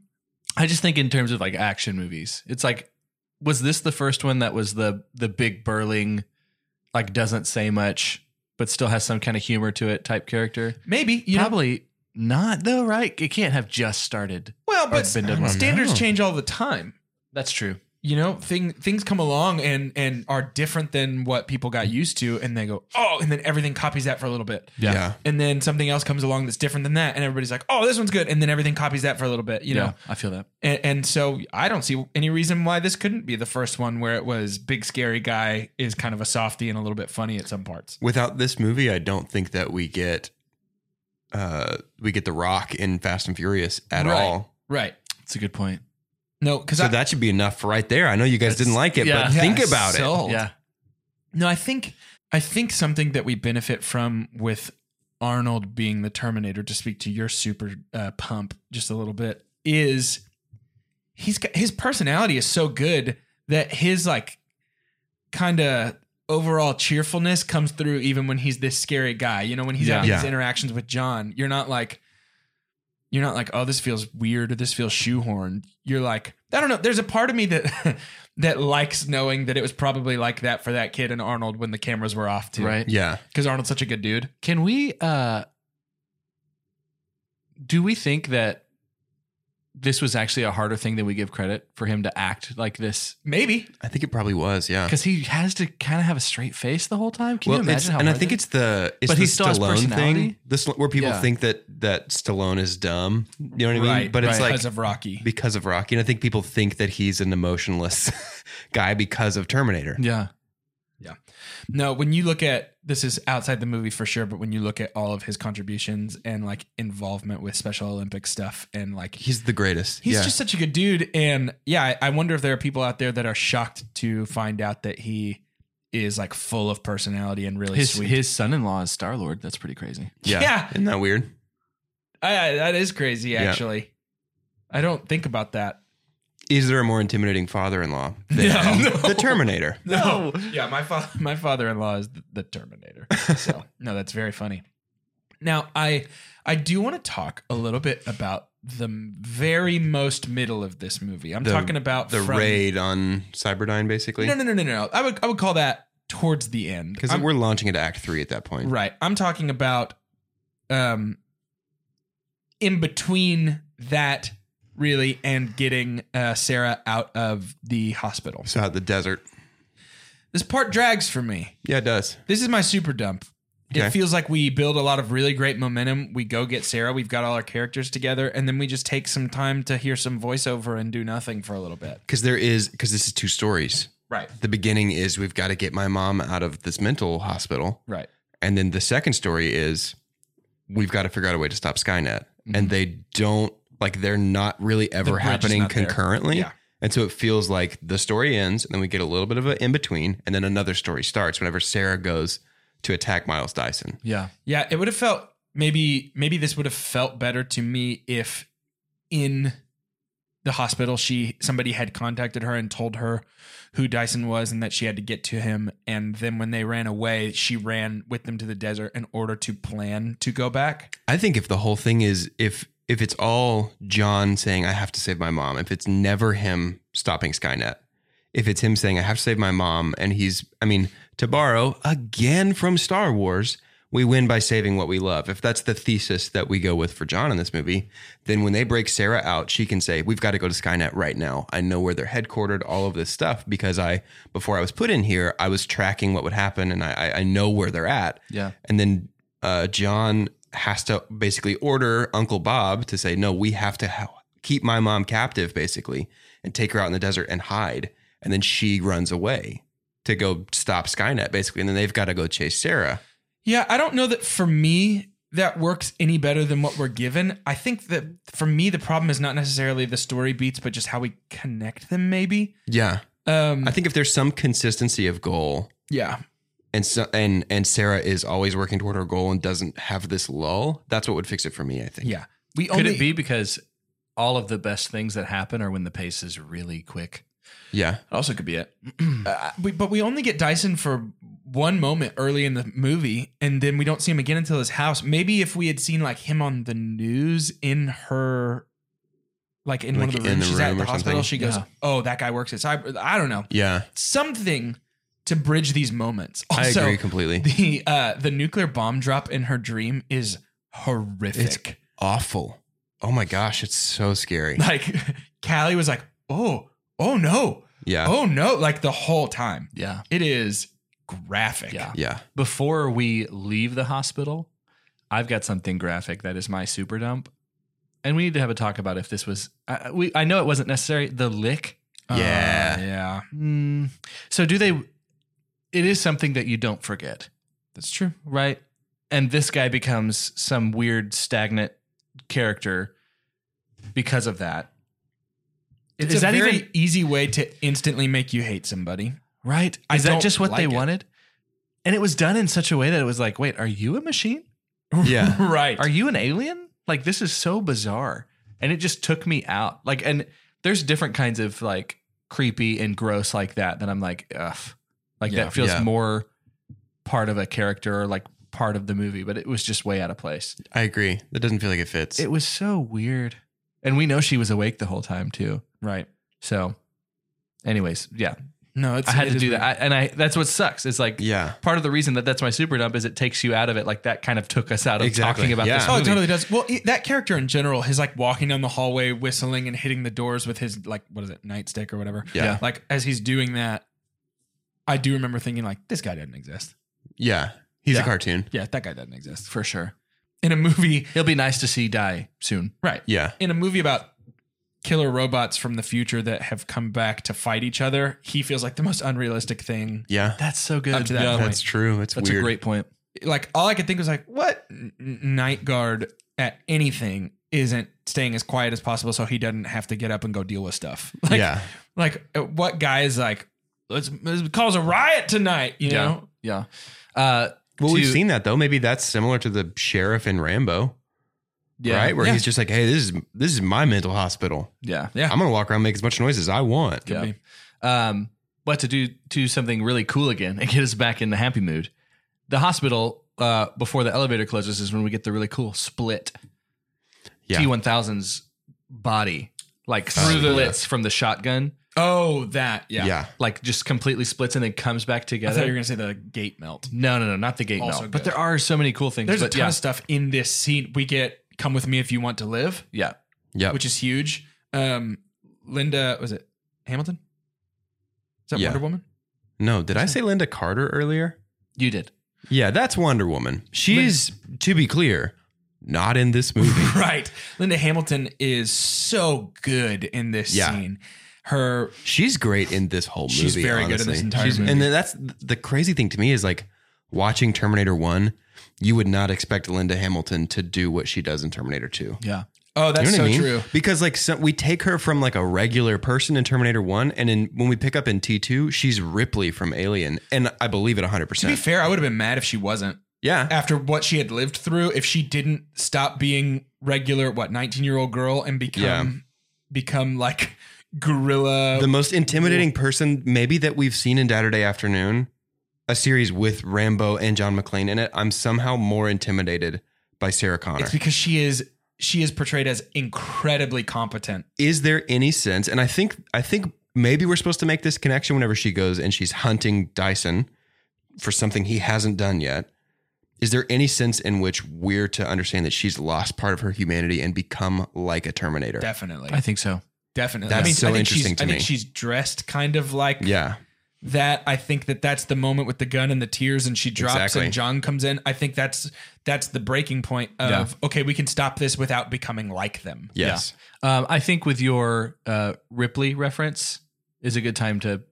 [SPEAKER 4] I just think in terms of like action movies. It's like was this the first one that was the the big burling like doesn't say much but still has some kind of humor to it type character?
[SPEAKER 5] Maybe you know.
[SPEAKER 4] Probably not though, right? It can't have just started.
[SPEAKER 5] Well, but
[SPEAKER 4] been done wrong.
[SPEAKER 5] standards
[SPEAKER 6] No.
[SPEAKER 5] change all the time.
[SPEAKER 4] That's true.
[SPEAKER 5] You know, thing things come along and and are different than what people got used to, and they go, oh, and then everything copies that for a little bit.
[SPEAKER 6] yeah.
[SPEAKER 5] and then something else comes along that's different than that and everybody's like oh this one's good and then everything copies that for a little bit you know
[SPEAKER 4] I feel that.
[SPEAKER 5] and, and so i don't see any reason why this couldn't be the first one where it was big scary guy is kind of a softy and a little bit funny at some parts
[SPEAKER 6] Without this movie, I don't think that we get uh we get the Rock in Fast and Furious at
[SPEAKER 5] Right.
[SPEAKER 6] all.
[SPEAKER 5] right
[SPEAKER 4] It's a good point.
[SPEAKER 5] no because
[SPEAKER 6] So
[SPEAKER 5] I,
[SPEAKER 6] that should be enough right there. I know you guys didn't like it,
[SPEAKER 4] yeah.
[SPEAKER 6] but
[SPEAKER 4] Yeah,
[SPEAKER 6] think about it.
[SPEAKER 5] sold. no i think i think something that we benefit from with arnold being the terminator to speak to your super uh, pump just a little bit is he's got his personality is so good that his like kind of overall cheerfulness comes through even when he's this scary guy. You know, when he's having
[SPEAKER 6] Yeah.
[SPEAKER 5] these
[SPEAKER 6] Yeah.
[SPEAKER 5] interactions with John, you're not like you're not like, oh, this feels weird or this feels shoehorned. You're like, I don't know. There's a part of me that that likes knowing that it was probably like that for that kid and Arnold when the cameras were off too.
[SPEAKER 4] Right.
[SPEAKER 6] Yeah.
[SPEAKER 5] Because Arnold's such a good dude.
[SPEAKER 4] Can we uh do we think that this was actually a harder thing than we give credit for him to act like this?
[SPEAKER 5] Maybe.
[SPEAKER 6] I think it probably was, yeah.
[SPEAKER 4] Because he has to kind of have a straight face the whole time. Can you
[SPEAKER 6] it's-
[SPEAKER 4] imagine how
[SPEAKER 6] and I
[SPEAKER 4] hard
[SPEAKER 6] think
[SPEAKER 4] that
[SPEAKER 6] it's the it's
[SPEAKER 4] But
[SPEAKER 6] the
[SPEAKER 4] he still has
[SPEAKER 6] Stallone thing.
[SPEAKER 4] personality?
[SPEAKER 6] This where people
[SPEAKER 4] Yeah.
[SPEAKER 6] think that that Stallone is dumb. You know what I mean?
[SPEAKER 5] Right,
[SPEAKER 6] but it's
[SPEAKER 4] right.
[SPEAKER 6] like
[SPEAKER 5] because of Rocky.
[SPEAKER 6] because of Rocky, and I think people think that he's an emotionless guy because of Terminator.
[SPEAKER 4] is? Yeah.
[SPEAKER 5] No, when you look at this is outside the movie for sure, but when you look at all of his contributions and like involvement with Special Olympic stuff and like
[SPEAKER 6] He's the greatest.
[SPEAKER 5] he's
[SPEAKER 6] yeah.
[SPEAKER 5] just such a good dude and yeah, I, I wonder if there are people out there that are shocked to find out that he is like full of personality and really
[SPEAKER 4] His
[SPEAKER 5] sweet.
[SPEAKER 4] his son in law is Star Lord. That's pretty crazy.
[SPEAKER 6] yeah.
[SPEAKER 5] yeah.
[SPEAKER 6] Isn't that weird?
[SPEAKER 5] I, I- that is crazy
[SPEAKER 6] Yeah.
[SPEAKER 5] actually. I don't think about that.
[SPEAKER 6] Is there a more intimidating father-in-law than the Terminator?
[SPEAKER 5] No. Yeah, my father my father-in-law is the, the Terminator. So, no, that's very funny. Now, I I do want to talk a little bit about the m- very most middle of this movie. I'm
[SPEAKER 6] The-
[SPEAKER 5] talking about
[SPEAKER 6] The
[SPEAKER 5] from-
[SPEAKER 6] raid on Cyberdyne, basically,
[SPEAKER 5] No, no, no, no, no, no. I would I would call that towards the end.
[SPEAKER 6] because
[SPEAKER 5] I'm-
[SPEAKER 6] we're launching into Act Three at that point.
[SPEAKER 5] Right. I'm talking about um in between that really and getting uh, Sarah out of the hospital.
[SPEAKER 6] So out the desert.
[SPEAKER 5] This part drags for me.
[SPEAKER 6] Yeah, it does.
[SPEAKER 5] This is my super dump.
[SPEAKER 6] Okay.
[SPEAKER 5] It feels like we build a lot of really great momentum. We go get Sarah. We've got all our characters together, and then we just take some time to hear some voiceover and do nothing for a little bit.
[SPEAKER 6] Because there is because this is two stories.
[SPEAKER 5] Right.
[SPEAKER 6] The beginning is we've got to get my mom out of this mental hospital,
[SPEAKER 5] Right.
[SPEAKER 6] and then the second story is we've got to figure out a way to stop Skynet, and they don't like they're not really ever
[SPEAKER 5] Mm-hmm. bridge is
[SPEAKER 6] happening
[SPEAKER 5] not there.
[SPEAKER 6] concurrently.
[SPEAKER 5] Yeah.
[SPEAKER 6] And so it feels like the story ends, and then we get a little bit of an in between, and then another story starts whenever Sarah goes to attack Miles Dyson.
[SPEAKER 4] Yeah.
[SPEAKER 5] Yeah, it would have felt maybe maybe this would have felt better to me if in the hospital she somebody had contacted her and told her who Dyson was and that she had to get to him and then when they ran away she ran with them to the desert in order to plan to go back
[SPEAKER 3] I think if the whole thing is if if it's all John saying I have to save my mom, if it's never him stopping Skynet, if it's him saying I have to save my mom, and he's I mean to borrow again from Star Wars, we win by saving what we love. If that's the thesis that we go with for John in this movie, then when they break Sarah out, she can say we've got to go to Skynet right now. I know where they're headquartered, all of this stuff because I before I was put in here, I was tracking what would happen, and I I- I know where they're at.
[SPEAKER 4] Yeah.
[SPEAKER 3] And then uh, John has to basically order Uncle Bob to say, no, we have to ha- keep my mom captive, basically, and take her out in the desert and hide. And then she runs away to go stop Skynet, basically. And then they've got to go chase Sarah.
[SPEAKER 5] yeah I don't know that for me that works any better than what we're given I think that for me the problem is not necessarily the story beats but just how we connect them maybe
[SPEAKER 3] Yeah.
[SPEAKER 5] um
[SPEAKER 3] I think if there's some consistency of goal,
[SPEAKER 5] yeah
[SPEAKER 3] and so, and and Sarah is always working toward her goal and doesn't have this lull. That's what would fix it for me, I think.
[SPEAKER 5] yeah we
[SPEAKER 4] Could
[SPEAKER 5] only
[SPEAKER 4] it be because all of the best things that happen are when the pace is really quick?
[SPEAKER 3] Yeah.
[SPEAKER 4] Also, could be it.
[SPEAKER 5] uh, we, but we only get Dyson for one moment early in the movie, and then we don't see him again until his house. Maybe if we had seen like him on the news in her, like in one of
[SPEAKER 3] Like
[SPEAKER 5] the
[SPEAKER 3] in
[SPEAKER 5] rooms
[SPEAKER 3] the
[SPEAKER 5] she's at
[SPEAKER 3] room
[SPEAKER 5] the
[SPEAKER 3] or something?
[SPEAKER 5] hospital, she goes,
[SPEAKER 4] Yeah.
[SPEAKER 5] "Oh, that guy works at cyber." I don't know
[SPEAKER 3] Yeah.
[SPEAKER 5] something to bridge these moments.
[SPEAKER 3] I
[SPEAKER 5] Also,
[SPEAKER 3] agree completely.
[SPEAKER 5] the uh, the nuclear bomb drop in her dream is horrific.
[SPEAKER 3] Awful. Oh my gosh, it's so scary.
[SPEAKER 5] like Callie was like, "Oh, oh no,
[SPEAKER 3] Yeah.
[SPEAKER 5] oh no!" Like the whole time.
[SPEAKER 4] Yeah.
[SPEAKER 5] It is graphic.
[SPEAKER 4] Yeah.
[SPEAKER 3] Yeah.
[SPEAKER 4] Before we leave the hospital, I've got something graphic that is my super dump. And we need to have a talk about if this was, I, I- we, I know it wasn't necessary. The lick.
[SPEAKER 3] Yeah.
[SPEAKER 4] Uh, yeah. Mm. So, do they, it is something that you don't forget.
[SPEAKER 5] That's true.
[SPEAKER 4] right? And this guy becomes some weird stagnant character because of that.
[SPEAKER 5] It's
[SPEAKER 4] Is
[SPEAKER 5] a
[SPEAKER 4] that
[SPEAKER 5] very
[SPEAKER 4] even-
[SPEAKER 5] easy way to instantly make you hate somebody?
[SPEAKER 4] Right? Is
[SPEAKER 5] I don't
[SPEAKER 4] that just what
[SPEAKER 5] like
[SPEAKER 4] they
[SPEAKER 5] it.
[SPEAKER 4] wanted? And it was done in such a way that it was like, wait, are you a machine?
[SPEAKER 3] Yeah.
[SPEAKER 5] Right.
[SPEAKER 4] Are you an alien? Like this is so bizarre. And it just took me out. Like and there's different kinds of like creepy and gross like that that I'm like, ugh. Like
[SPEAKER 5] Yeah.
[SPEAKER 4] that feels
[SPEAKER 3] Yeah.
[SPEAKER 4] more part of a character or like part of the movie, but it was just way out of place.
[SPEAKER 3] I agree. That doesn't feel like it fits.
[SPEAKER 4] It was so weird. And we know she was awake the whole time too.
[SPEAKER 5] right.
[SPEAKER 4] So anyways, yeah.
[SPEAKER 5] No, it's,
[SPEAKER 4] I had
[SPEAKER 5] it
[SPEAKER 4] to
[SPEAKER 5] is
[SPEAKER 4] do
[SPEAKER 5] weird.
[SPEAKER 4] that. I, and I that's what sucks. It's like
[SPEAKER 3] yeah.
[SPEAKER 4] part of the reason that that's my super dump is it takes you out of it like that kind of took us out of
[SPEAKER 3] Exactly.
[SPEAKER 4] talking about
[SPEAKER 3] Yeah.
[SPEAKER 4] this
[SPEAKER 5] Oh,
[SPEAKER 4] movie.
[SPEAKER 5] it totally does. Well, i- that character in general, his like walking down the hallway, whistling and hitting the doors with his like what is it, nightstick or whatever.
[SPEAKER 3] Yeah. Yeah.
[SPEAKER 5] Like as he's doing that, I do remember thinking like, this guy doesn't exist.
[SPEAKER 3] Yeah. He's
[SPEAKER 5] Yeah.
[SPEAKER 3] a cartoon.
[SPEAKER 5] Yeah, that guy doesn't exist.
[SPEAKER 4] For sure.
[SPEAKER 5] In a movie,
[SPEAKER 4] It'll be nice to see die soon.
[SPEAKER 5] right?
[SPEAKER 3] Yeah.
[SPEAKER 5] In a movie about killer robots from the future that have come back to fight each other, he feels like the most unrealistic thing
[SPEAKER 3] Yeah.
[SPEAKER 4] That's so good.
[SPEAKER 5] Up to that
[SPEAKER 4] Yeah.
[SPEAKER 5] point.
[SPEAKER 3] That's true. It's
[SPEAKER 4] That's
[SPEAKER 3] weird.
[SPEAKER 4] a great point.
[SPEAKER 5] like all I could think was like, what n- n- night guard at anything isn't staying as quiet as possible so he doesn't have to get up and go deal with stuff. Like,
[SPEAKER 3] yeah.
[SPEAKER 5] like uh, what guy is like, let's, let's cause a riot tonight, you
[SPEAKER 4] Yeah.
[SPEAKER 5] know?
[SPEAKER 4] Yeah. Uh
[SPEAKER 3] Well, we've
[SPEAKER 4] to-
[SPEAKER 3] seen that though. Maybe that's similar to the sheriff in Rambo,
[SPEAKER 4] yeah,
[SPEAKER 3] right? Where
[SPEAKER 5] Yeah.
[SPEAKER 3] he's just like, "Hey, this is this is my mental hospital.
[SPEAKER 4] Yeah.
[SPEAKER 5] Yeah.
[SPEAKER 3] I'm gonna walk around, and make as much noise as I want."
[SPEAKER 4] yeah. Um, but to do to something really cool again and get us back in the happy mood. The hospital uh, before the elevator closes is when we get the really cool split
[SPEAKER 3] Yeah.
[SPEAKER 4] T1000's body like
[SPEAKER 3] Oh,
[SPEAKER 4] through the
[SPEAKER 3] yeah.
[SPEAKER 4] slits from the shotgun,
[SPEAKER 5] Oh, that. Yeah.
[SPEAKER 3] Yeah.
[SPEAKER 4] like just completely splits and then comes back
[SPEAKER 5] I thought you were
[SPEAKER 4] together.
[SPEAKER 5] going to say the gate melt.
[SPEAKER 4] No, no, no, not the gate
[SPEAKER 5] Also
[SPEAKER 4] melt. But
[SPEAKER 5] good.
[SPEAKER 4] there are so many cool things.
[SPEAKER 5] There's a
[SPEAKER 4] but
[SPEAKER 5] ton
[SPEAKER 4] yeah,
[SPEAKER 5] of stuff in this scene. We get come with me if you want to live,
[SPEAKER 4] yeah,
[SPEAKER 3] Yep.
[SPEAKER 5] which is huge. Um, Linda, was it Hamilton? Is that
[SPEAKER 3] Yeah.
[SPEAKER 5] Wonder Woman?
[SPEAKER 3] no, did I say Linda Carter earlier?
[SPEAKER 4] you did.
[SPEAKER 3] Yeah, that's Wonder Woman. She's to be clear, not in this movie.
[SPEAKER 5] Right. Linda Hamilton is so good in this
[SPEAKER 3] Yeah.
[SPEAKER 5] scene. Her
[SPEAKER 3] She's great in this whole movie.
[SPEAKER 5] She's very good in this
[SPEAKER 3] honestly.
[SPEAKER 5] entire movie.
[SPEAKER 3] And then that's the crazy thing to me is like watching Terminator 1, you would not expect Linda Hamilton to do what she does in Terminator 2.
[SPEAKER 4] Yeah,
[SPEAKER 5] Oh, that's
[SPEAKER 3] you
[SPEAKER 5] so
[SPEAKER 3] know what I mean?
[SPEAKER 5] true.
[SPEAKER 3] Because like so, we take her from like a regular person in Terminator 1 and in when we pick up in T2, she's Ripley from Alien and I believe it
[SPEAKER 5] To be
[SPEAKER 3] 100%.
[SPEAKER 5] fair, I would have been mad if she wasn't.
[SPEAKER 3] yeah.
[SPEAKER 5] After what she had lived through, if she didn't stop being regular, what, 19 year old girl and become become like gorilla.
[SPEAKER 6] the most intimidating person maybe that we've seen in Saturday Afternoon, a series with Rambo and John McClane in it. I'm somehow more intimidated by Sarah Connor.
[SPEAKER 5] it's because she is she is portrayed as incredibly competent.
[SPEAKER 6] Is there any sense? And I think I think maybe we're supposed to make this connection whenever she goes and she's hunting Dyson for something he hasn't done yet. Is there any sense in which we're to understand that she's lost part of her humanity and become like a Terminator?
[SPEAKER 5] Definitely,
[SPEAKER 4] I think so.
[SPEAKER 5] definitely.
[SPEAKER 6] That's
[SPEAKER 5] I mean,
[SPEAKER 6] so
[SPEAKER 5] I think
[SPEAKER 6] interesting
[SPEAKER 5] she's,
[SPEAKER 6] to
[SPEAKER 5] I think
[SPEAKER 6] me.
[SPEAKER 5] she's dressed kind of like
[SPEAKER 6] Yeah.
[SPEAKER 5] that i think that that's the moment with the gun and the tears and she drops
[SPEAKER 6] Exactly.
[SPEAKER 5] and john comes in i think that's that's the breaking point of okay we can stop this without becoming like them
[SPEAKER 6] Yes.
[SPEAKER 4] Um, I think with your uh, Ripley reference is a good time to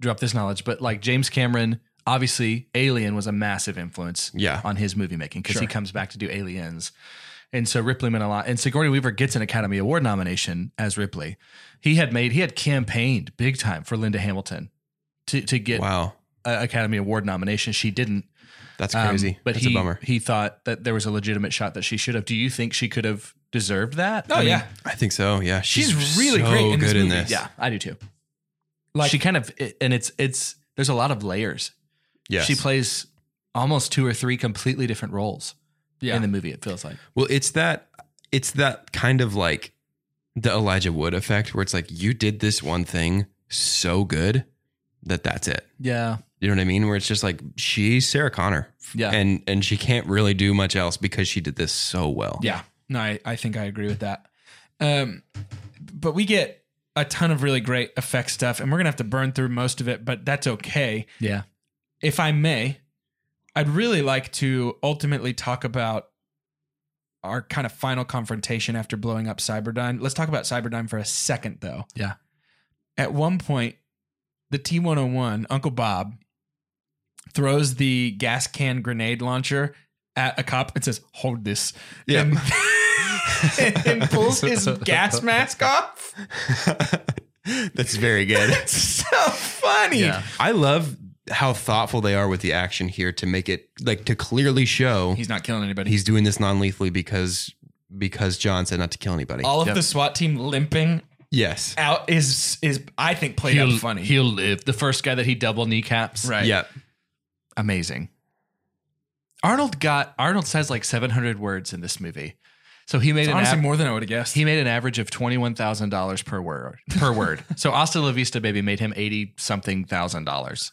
[SPEAKER 4] drop this knowledge. But like James Cameron, obviously Alien was a massive influence
[SPEAKER 6] Yeah.
[SPEAKER 4] on his movie making because he
[SPEAKER 5] Sure.
[SPEAKER 4] comes back to do Aliens. And so Ripley meant a lot. And Sigourney Weaver gets an Academy Award nomination as Ripley. He had made, he had campaigned big time for Linda Hamilton to, to get
[SPEAKER 6] Wow.
[SPEAKER 4] an Academy Award nomination. She didn't.
[SPEAKER 6] That's
[SPEAKER 4] Um,
[SPEAKER 6] crazy.
[SPEAKER 4] but
[SPEAKER 6] That's
[SPEAKER 4] he
[SPEAKER 6] a bummer.
[SPEAKER 4] he thought that there was a legitimate shot that she should have. Do you think she could have deserved that?
[SPEAKER 5] oh
[SPEAKER 4] I mean,
[SPEAKER 5] yeah
[SPEAKER 6] I think so. Yeah.
[SPEAKER 5] She's really great in this
[SPEAKER 6] good in
[SPEAKER 5] movie.
[SPEAKER 6] this.
[SPEAKER 4] yeah, I do too.
[SPEAKER 5] like
[SPEAKER 4] she kind of it- and it's it's there's a lot of layers.
[SPEAKER 6] Yes.
[SPEAKER 4] She plays almost two or three completely different roles in the movie. It feels like
[SPEAKER 6] Well, it's that it's that kind of like the Elijah Wood effect where it's like you did this one thing so good that that's it.
[SPEAKER 4] yeah,
[SPEAKER 6] You know what I mean? Where it's just like she's Sarah Connor.
[SPEAKER 4] Yeah.
[SPEAKER 6] And and she can't really do much else because she did this so well.
[SPEAKER 5] yeah no I, I think i agree with that um but we get a ton of really great effect stuff and we're gonna have to burn through most of it but that's okay
[SPEAKER 4] yeah.
[SPEAKER 5] if I may, I'd really like to ultimately talk about our kind of final confrontation after blowing up Cyberdyne. Let's talk about Cyberdyne for a second, though.
[SPEAKER 4] Yeah.
[SPEAKER 5] At one point, the T 101, Uncle Bob, throws the gas can grenade launcher at a cop and says, Hold this.
[SPEAKER 6] Yeah.
[SPEAKER 5] And, and pulls his gas mask off.
[SPEAKER 6] that's very good.
[SPEAKER 5] It's so funny.
[SPEAKER 4] Yeah.
[SPEAKER 6] I love how thoughtful they are with the action here to make it like to clearly show
[SPEAKER 5] He's not killing anybody.
[SPEAKER 6] he's doing this non-lethally because because John said not to kill anybody.
[SPEAKER 5] all of
[SPEAKER 4] Yep.
[SPEAKER 5] the SWAT team limping
[SPEAKER 6] yes.
[SPEAKER 5] out is is I think played
[SPEAKER 4] He'll
[SPEAKER 5] out funny.
[SPEAKER 4] He'll live. The first guy that he double kneecaps.
[SPEAKER 5] right.
[SPEAKER 6] Yeah.
[SPEAKER 4] amazing. Arnold got Arnold says like 700 words in this movie, so he made
[SPEAKER 5] It's
[SPEAKER 4] an
[SPEAKER 5] honestly
[SPEAKER 4] av-
[SPEAKER 5] more than I would have guessed.
[SPEAKER 4] he made an average of twenty one thousand dollars per word per word. So Asta La Vista Baby made him eighty something thousand dollars.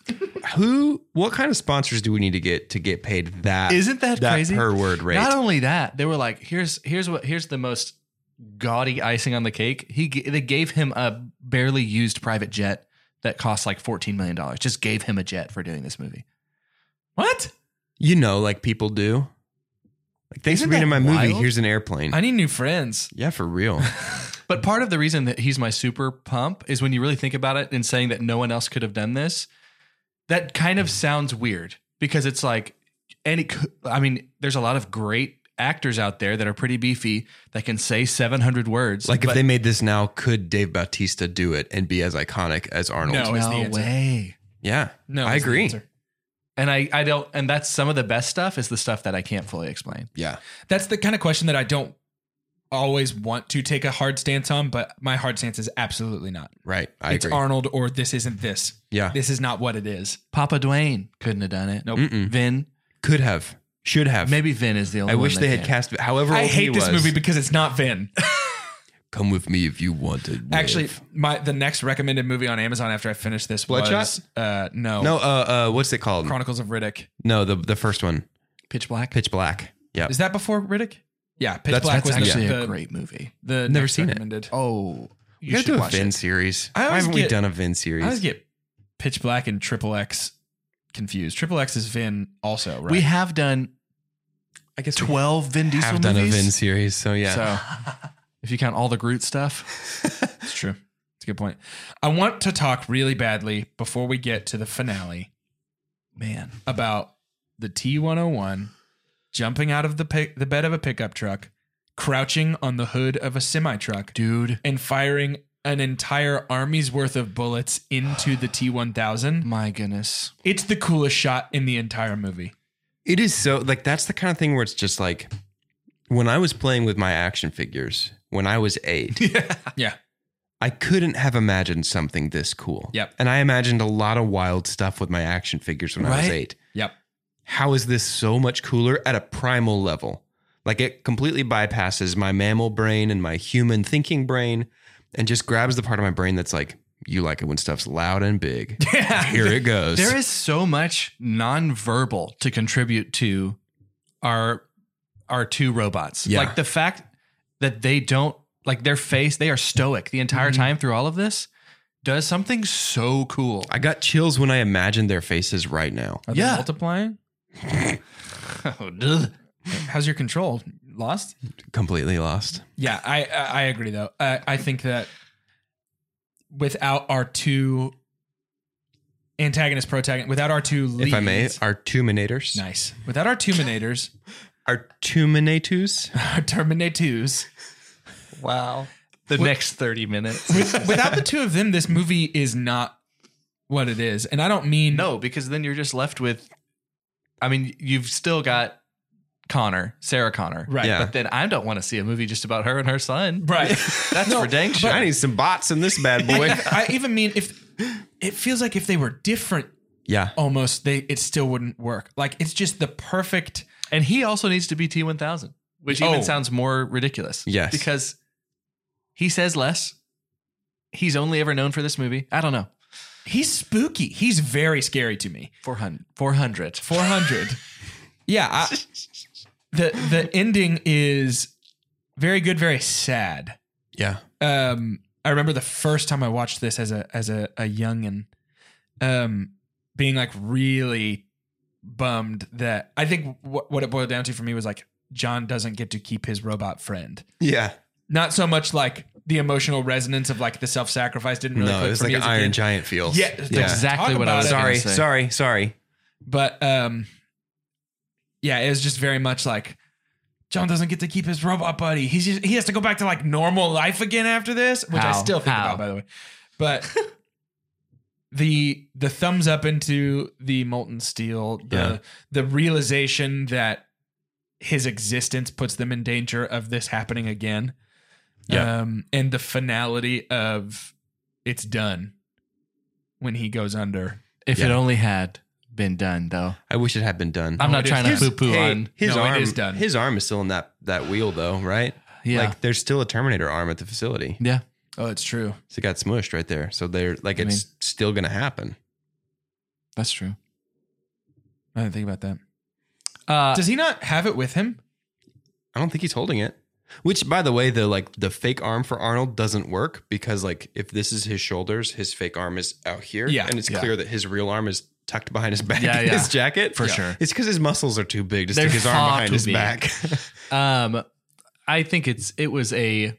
[SPEAKER 6] Who? What kind of sponsors do we need to get to get paid that?
[SPEAKER 4] Isn't that crazy?
[SPEAKER 6] per word rate?
[SPEAKER 4] Not only that, they were like, "Here's here's what here's the most gaudy icing on the cake." He g- they gave him a barely used private jet that cost like fourteen million dollars. Just gave him a jet for doing this movie. What?
[SPEAKER 6] you know, like people do. Like thanks
[SPEAKER 4] Isn't
[SPEAKER 6] for being
[SPEAKER 4] that
[SPEAKER 6] in my movie.
[SPEAKER 4] wild?
[SPEAKER 6] Here's an airplane.
[SPEAKER 5] I need new friends.
[SPEAKER 6] yeah, for real.
[SPEAKER 4] But part of the reason that he's my super pump is when you really think about it and saying that no one else could have done this, that kind of sounds weird because it's like any I mean, there's a lot of great actors out there that are pretty beefy that can say 700 words.
[SPEAKER 6] like if
[SPEAKER 4] but
[SPEAKER 6] they made this now, could Dave Bautista do it and be as iconic as Arnold?
[SPEAKER 5] No. is the
[SPEAKER 4] no
[SPEAKER 5] answer.
[SPEAKER 4] way.
[SPEAKER 6] Yeah.
[SPEAKER 5] No,
[SPEAKER 6] I
[SPEAKER 5] is the
[SPEAKER 6] agree.
[SPEAKER 5] answer.
[SPEAKER 4] And I, I don't, and that's some of the best stuff is the stuff that I can't fully explain.
[SPEAKER 6] Yeah.
[SPEAKER 5] That's the kind of question that I don't always want to take a hard stance on, but my hard stance is absolutely not.
[SPEAKER 6] Right. I
[SPEAKER 5] it's
[SPEAKER 6] agree.
[SPEAKER 5] Arnold or this isn't this.
[SPEAKER 6] yeah.
[SPEAKER 5] This is not what it is.
[SPEAKER 4] Papa Dwayne couldn't have done it.
[SPEAKER 5] Nope.
[SPEAKER 6] Mm-mm.
[SPEAKER 4] Vin,
[SPEAKER 6] Could have. Should have.
[SPEAKER 4] maybe Vin is the only
[SPEAKER 6] I
[SPEAKER 4] one
[SPEAKER 6] wish
[SPEAKER 4] that
[SPEAKER 6] they had
[SPEAKER 4] can.
[SPEAKER 6] cast. However,
[SPEAKER 5] I
[SPEAKER 6] old he
[SPEAKER 5] hate this
[SPEAKER 6] was.
[SPEAKER 5] movie because it's not Vin.
[SPEAKER 6] Come with me if you want to. live.
[SPEAKER 5] Actually, my the next recommended movie on Amazon after I finish this was
[SPEAKER 6] Bloodshot?
[SPEAKER 5] uh no,
[SPEAKER 6] no. Uh, uh, what's it called?
[SPEAKER 5] Chronicles of Riddick.
[SPEAKER 6] no, the the first one,
[SPEAKER 4] Pitch Black.
[SPEAKER 6] Pitch Black. Yeah.
[SPEAKER 5] Is that before Riddick? Yeah, Pitch
[SPEAKER 6] That's-
[SPEAKER 5] Black
[SPEAKER 4] That's
[SPEAKER 5] was
[SPEAKER 4] actually
[SPEAKER 5] the, the,
[SPEAKER 4] a great movie.
[SPEAKER 5] the
[SPEAKER 6] Never
[SPEAKER 5] next
[SPEAKER 6] seen it.
[SPEAKER 5] recommended.
[SPEAKER 4] Oh,
[SPEAKER 6] You gotta do a Vin series.
[SPEAKER 5] I
[SPEAKER 6] Why
[SPEAKER 5] always
[SPEAKER 6] haven't we
[SPEAKER 5] get-
[SPEAKER 6] done a Vin series?
[SPEAKER 5] I always get Pitch Black and Triple X confused. Triple X is Vin also, right?
[SPEAKER 4] We have done
[SPEAKER 6] I guess we
[SPEAKER 4] 12 Vin Diesel
[SPEAKER 6] have done
[SPEAKER 4] movies.
[SPEAKER 6] a Vin series, so yeah.
[SPEAKER 4] So if you count all the Groot stuff,
[SPEAKER 5] it's true. It's a good point. I want to talk really badly before we get to the finale
[SPEAKER 4] man,
[SPEAKER 5] about the T101 jumping out of the pick, the bed of a pickup truck, crouching on the hood of a semi truck,
[SPEAKER 4] dude,
[SPEAKER 5] and firing an entire army's worth of bullets into the T1000.
[SPEAKER 4] my goodness.
[SPEAKER 5] It's the coolest shot in the entire movie.
[SPEAKER 6] It is so like that's the kind of thing where it's just like when I was playing with my action figures when I was eight,
[SPEAKER 5] Yeah.
[SPEAKER 6] I couldn't have imagined something this cool.
[SPEAKER 5] Yep.
[SPEAKER 6] And I imagined a lot of wild stuff with my action figures when I was
[SPEAKER 5] Right?
[SPEAKER 6] eight.
[SPEAKER 5] Yep.
[SPEAKER 6] How is this so much cooler at a primal level? Like it completely bypasses my mammal brain and my human thinking brain and just grabs the part of my brain that's like, you like it when stuff's loud and big.
[SPEAKER 4] Yeah.
[SPEAKER 6] Here it goes.
[SPEAKER 4] There is so much nonverbal to contribute to our our two robots.
[SPEAKER 6] Yeah.
[SPEAKER 4] Like the fact that they don't like their face, they are stoic the entire time through all of this does something so cool.
[SPEAKER 6] I got chills when I imagined their faces right now.
[SPEAKER 5] Are they
[SPEAKER 4] Yeah.
[SPEAKER 5] multiplying?
[SPEAKER 4] Oh, Ugh.
[SPEAKER 5] How's your control? Lost?
[SPEAKER 6] Completely lost.
[SPEAKER 5] Yeah, I I, I agree though. I, I think that without our two antagonist protagonist, without our two leads,
[SPEAKER 6] If I may, our Tuminators.
[SPEAKER 5] nice. Without our two minators,
[SPEAKER 6] Our Tuminators.
[SPEAKER 5] our Terminators,
[SPEAKER 4] the next 30 minutes.
[SPEAKER 5] with, without the two of them, this movie is not what it is. And I don't mean
[SPEAKER 4] no, because then you're just left with I mean, you've still got Connor, Sarah Connor.
[SPEAKER 5] right,
[SPEAKER 6] Yeah.
[SPEAKER 4] But then I don't want to see a movie just about her and her son.
[SPEAKER 5] right.
[SPEAKER 4] That's for dang sure.
[SPEAKER 6] I need some bots in this bad boy.
[SPEAKER 5] I even mean if it feels like if they were different,
[SPEAKER 6] yeah.
[SPEAKER 5] almost they it still wouldn't work. Like it's just the perfect.
[SPEAKER 4] And he also needs to be T1000, which even
[SPEAKER 5] Oh.
[SPEAKER 4] sounds more ridiculous.
[SPEAKER 6] Yes.
[SPEAKER 4] Because he says less. He's only ever known for this movie. I don't know.
[SPEAKER 5] He's spooky. He's very scary to me.
[SPEAKER 4] 400. 400.
[SPEAKER 5] Four hundred. yeah. I, the the ending is very good, very sad.
[SPEAKER 6] Yeah.
[SPEAKER 5] um I remember the first time I watched this as a as a, a youngin, um, being like really bummed that I think wh- what it boiled down to for me was like John doesn't get to keep his robot friend.
[SPEAKER 6] Yeah.
[SPEAKER 5] Not so much like the emotional resonance of like the self sacrifice didn't really.
[SPEAKER 6] no,
[SPEAKER 5] click
[SPEAKER 6] it was
[SPEAKER 5] for
[SPEAKER 6] like
[SPEAKER 5] me as a
[SPEAKER 6] Iron
[SPEAKER 5] kid.
[SPEAKER 6] Giant feels.
[SPEAKER 5] Yeah, that's
[SPEAKER 6] Yeah.
[SPEAKER 4] Exactly
[SPEAKER 5] Talk
[SPEAKER 4] what
[SPEAKER 5] about
[SPEAKER 4] I was
[SPEAKER 5] it.
[SPEAKER 4] gonna
[SPEAKER 6] Sorry,
[SPEAKER 4] say.
[SPEAKER 6] sorry, sorry.
[SPEAKER 5] But um, yeah, it was just very much like John doesn't get to keep his robot buddy. He's just, he has to go back to like normal life again after this, which I
[SPEAKER 4] How?
[SPEAKER 5] still think
[SPEAKER 4] How?
[SPEAKER 5] about by the way. But the the thumbs up into the molten steel, the
[SPEAKER 6] Yeah.
[SPEAKER 5] the realization that his existence puts them in danger of this happening again.
[SPEAKER 6] Yeah.
[SPEAKER 5] Um, and the finality of it's done when he goes under.
[SPEAKER 4] If it
[SPEAKER 6] Yeah.
[SPEAKER 4] only had been done, though.
[SPEAKER 6] I wish it had been done.
[SPEAKER 4] I'm not
[SPEAKER 5] it
[SPEAKER 4] trying
[SPEAKER 5] is.
[SPEAKER 4] to poo poo
[SPEAKER 6] Hey,
[SPEAKER 4] on.
[SPEAKER 6] his
[SPEAKER 5] No, it
[SPEAKER 6] arm
[SPEAKER 5] is done.
[SPEAKER 6] His arm is still in that that wheel though, right?
[SPEAKER 4] Yeah.
[SPEAKER 6] Like there's still a Terminator arm at the facility.
[SPEAKER 4] yeah.
[SPEAKER 5] Oh, it's true.
[SPEAKER 6] So it got smushed right there. So they're like
[SPEAKER 4] I
[SPEAKER 6] it's still gonna happen.
[SPEAKER 4] That's true.
[SPEAKER 5] I didn't think about that.
[SPEAKER 4] Uh,
[SPEAKER 5] Does he not have it with him?
[SPEAKER 6] I don't think he's holding it. Which by the way, the like the fake arm for Arnold doesn't work because like if this is his shoulders, his fake arm is out here.
[SPEAKER 5] Yeah.
[SPEAKER 6] And it's
[SPEAKER 4] Yeah.
[SPEAKER 6] clear that his real arm is tucked behind his back
[SPEAKER 4] Yeah,
[SPEAKER 6] in his
[SPEAKER 4] yeah.
[SPEAKER 6] jacket.
[SPEAKER 4] For sure.
[SPEAKER 6] It's because his muscles are too big to
[SPEAKER 4] They're
[SPEAKER 6] stick his arm
[SPEAKER 4] far
[SPEAKER 6] behind
[SPEAKER 4] too
[SPEAKER 6] his
[SPEAKER 4] big.
[SPEAKER 6] back.
[SPEAKER 4] um, I think it's it was a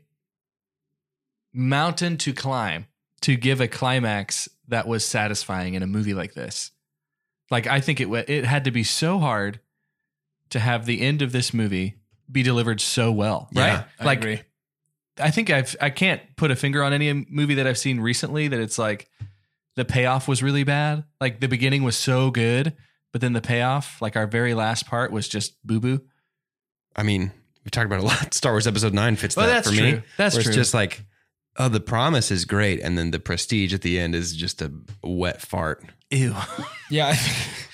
[SPEAKER 4] mountain to climb to give a climax that was satisfying in a movie like this. Like I think it wa- it had to be so hard to have the end of this movie be delivered so well, right? like I think I've I can't put a finger on any movie that I've seen recently that it's like the payoff was really bad. Like the beginning was so good, but then the payoff, like our very last part, was just boo boo.
[SPEAKER 6] I mean, we talked about it a lot. Star Wars Episode Nine fits
[SPEAKER 4] Well,
[SPEAKER 6] that
[SPEAKER 4] that's
[SPEAKER 6] for
[SPEAKER 4] true.
[SPEAKER 6] me.
[SPEAKER 4] That's
[SPEAKER 6] where
[SPEAKER 4] true.
[SPEAKER 6] It's just like, oh, the promise is great, and then the prestige at the end is just a wet fart.
[SPEAKER 4] Ew.
[SPEAKER 5] Yeah, I think,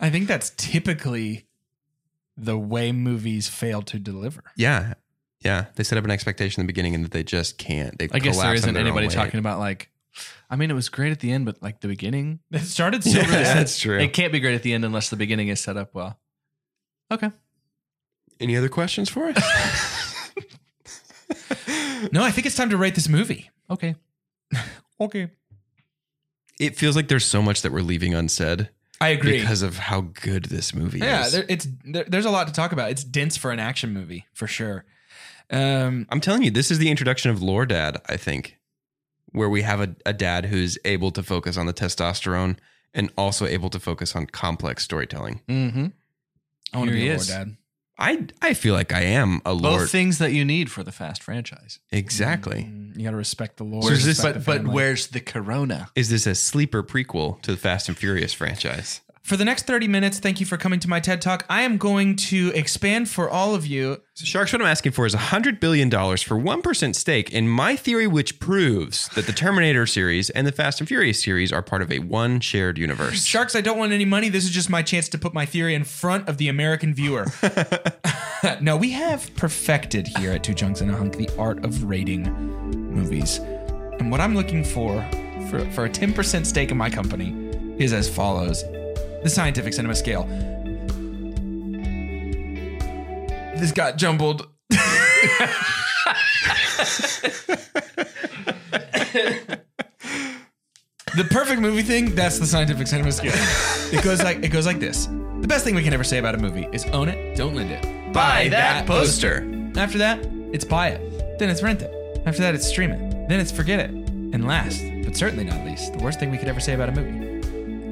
[SPEAKER 5] I think that's typically the way movies fail to deliver.
[SPEAKER 6] Yeah, yeah. They set up an expectation in the beginning, and that they just can't. They
[SPEAKER 4] I guess there
[SPEAKER 6] collapse
[SPEAKER 4] isn't
[SPEAKER 6] under their own
[SPEAKER 4] anybody
[SPEAKER 6] weight.
[SPEAKER 4] talking about like. I mean, it was great at the end, but like the beginning,
[SPEAKER 5] It started so
[SPEAKER 6] Yeah,
[SPEAKER 5] really
[SPEAKER 6] that's true.
[SPEAKER 4] it can't be great at the end unless the beginning is set up well. Okay.
[SPEAKER 6] Any other questions for us?
[SPEAKER 5] No, I think it's time to rate this movie.
[SPEAKER 4] Okay.
[SPEAKER 5] Okay,
[SPEAKER 6] it feels like there's so much that we're leaving unsaid
[SPEAKER 5] I agree.
[SPEAKER 6] because of how good this movie
[SPEAKER 5] yeah,
[SPEAKER 6] is.
[SPEAKER 5] there, it's there, there's a lot to talk about. It's dense for an action movie for sure. Um,
[SPEAKER 6] I'm telling you, this is the introduction of Lore Dad, I think, where we have a, a dad who's able to focus on the testosterone and also able to focus on complex storytelling.
[SPEAKER 4] Mm-hmm.
[SPEAKER 5] I want to
[SPEAKER 4] Here
[SPEAKER 5] be
[SPEAKER 4] he
[SPEAKER 5] a lore
[SPEAKER 4] is.
[SPEAKER 5] dad.
[SPEAKER 6] I I feel like I am a
[SPEAKER 4] Both
[SPEAKER 6] lore.
[SPEAKER 4] things that you need for the Fast franchise.
[SPEAKER 6] exactly.
[SPEAKER 5] Mm, You got to respect the lore.
[SPEAKER 6] So is this-
[SPEAKER 4] But
[SPEAKER 5] respect the
[SPEAKER 4] but
[SPEAKER 5] family.
[SPEAKER 4] where's the Corona?
[SPEAKER 6] Is this a sleeper prequel to the Fast and Furious franchise?
[SPEAKER 5] for the next 30 minutes, thank you for coming to my TED Talk. I am going to expand for all of you.
[SPEAKER 8] So Sharks, what I'm asking for is $100 billion for 1% stake in my theory, which proves that the Terminator series and the Fast and Furious series are part of a one shared universe.
[SPEAKER 5] Sharks, I don't want any money. This is just my chance to put my theory in front of the American viewer. no, we have perfected here at Two Chunks and a Hunk the art of rating movies. And what I'm looking for for, for a 10% stake in my company is as follows the scientific cinema scale. This got jumbled. the perfect movie thing, that's the scientific cinema scale. It goes like it goes like this. The best thing we can ever say about a movie is own it, don't lend it.
[SPEAKER 4] Buy that poster.
[SPEAKER 5] After that, it's buy it. Then it's rent it. After that, it's stream it. Then it's forget it. And last, but certainly not least, the worst thing we could ever say about a movie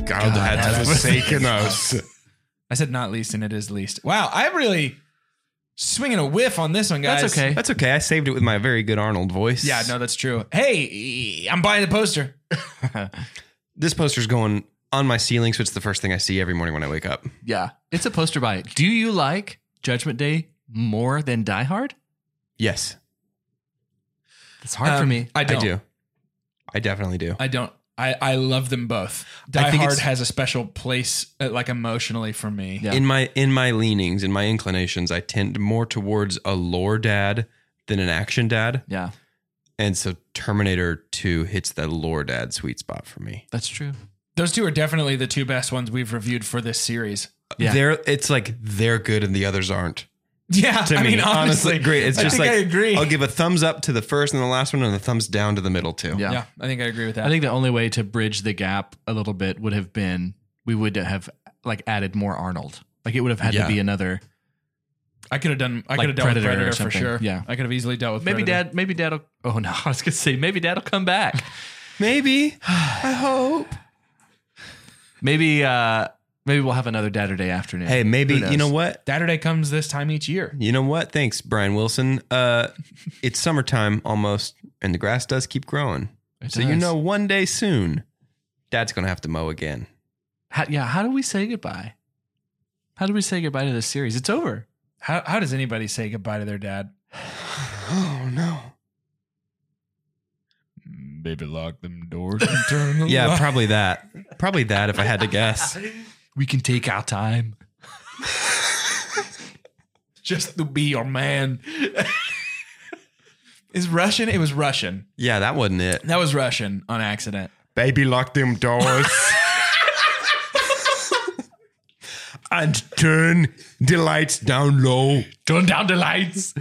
[SPEAKER 8] God, God has forsaken us.
[SPEAKER 5] I said not least, and it is least. Wow, I really swinging a whiff on this one, guys.
[SPEAKER 4] That's okay.
[SPEAKER 8] That's okay. I saved it with my very good Arnold voice.
[SPEAKER 5] Yeah, no, that's true. Hey, I'm buying the poster.
[SPEAKER 8] This poster's going on my ceiling, so it's the first thing I see every morning when I wake up.
[SPEAKER 4] Yeah. It's a poster by it. Do you like Judgment Day more than Die Hard?
[SPEAKER 8] Yes,
[SPEAKER 4] It's hard for
[SPEAKER 5] Um,
[SPEAKER 4] me.
[SPEAKER 5] I
[SPEAKER 8] I,
[SPEAKER 5] don't. I
[SPEAKER 8] do. I definitely do.
[SPEAKER 5] don't. I, I love them both. Die
[SPEAKER 4] think
[SPEAKER 5] Hard
[SPEAKER 4] it's-
[SPEAKER 5] has a special place, uh, like emotionally for me.
[SPEAKER 4] Yeah.
[SPEAKER 8] in my in my leanings, in my inclinations, I tend more towards a lore dad than an action dad.
[SPEAKER 4] Yeah,
[SPEAKER 8] And so Terminator 2 hits that lore dad sweet spot for me.
[SPEAKER 4] that's true.
[SPEAKER 5] Those two are definitely the two best ones we've reviewed for this series.
[SPEAKER 4] Yeah.
[SPEAKER 8] They're it's like they're good and the others aren't.
[SPEAKER 5] Yeah,
[SPEAKER 8] To
[SPEAKER 5] I
[SPEAKER 8] me,
[SPEAKER 5] mean, honestly,
[SPEAKER 8] great. It's
[SPEAKER 5] I
[SPEAKER 8] just
[SPEAKER 5] think
[SPEAKER 8] like
[SPEAKER 5] I agree.
[SPEAKER 8] will give a thumbs up to the first and the last one, and a thumbs down to the middle two.
[SPEAKER 4] Yeah.
[SPEAKER 5] yeah. I think I agree with that.
[SPEAKER 4] I think the only way to bridge the gap a little bit would have been we would have like added more Arnold. Like it would have had
[SPEAKER 8] Yeah.
[SPEAKER 4] to be another.
[SPEAKER 5] I could have done. I
[SPEAKER 4] Like
[SPEAKER 5] could have dealt
[SPEAKER 4] Predator or
[SPEAKER 5] with Predator for
[SPEAKER 4] something.
[SPEAKER 5] sure.
[SPEAKER 4] Yeah.
[SPEAKER 5] I could have easily dealt with
[SPEAKER 4] Maybe
[SPEAKER 5] Predator.
[SPEAKER 4] dad, maybe dad'll. Oh no, I was gonna say maybe dad'll come back.
[SPEAKER 8] Maybe. I hope.
[SPEAKER 4] maybe, uh maybe we'll have another Day afternoon.
[SPEAKER 8] Hey, maybe
[SPEAKER 4] Who knows?
[SPEAKER 8] you know what?
[SPEAKER 5] Saturday comes this time each year.
[SPEAKER 8] You know what? Thanks, Brian Wilson. Uh, it's summertime almost, and the grass does keep growing.
[SPEAKER 4] It
[SPEAKER 8] so you
[SPEAKER 4] does.
[SPEAKER 8] know, one day soon, Dad's gonna have to mow again.
[SPEAKER 4] How, yeah, how do we say goodbye? How do we say goodbye to this series? It's over.
[SPEAKER 5] How, how does anybody say goodbye to their dad?
[SPEAKER 8] oh no.
[SPEAKER 5] Baby, lock them doors and turn the
[SPEAKER 8] Yeah,
[SPEAKER 5] light-
[SPEAKER 8] probably that. Probably that. If I had to guess.
[SPEAKER 4] We can take our time.
[SPEAKER 5] just to be your man. Is Russian? It was Russian.
[SPEAKER 8] Yeah, that wasn't it.
[SPEAKER 5] That was Russian on accident.
[SPEAKER 8] Baby, lock them doors. and turn the lights down low.
[SPEAKER 4] Turn down the lights.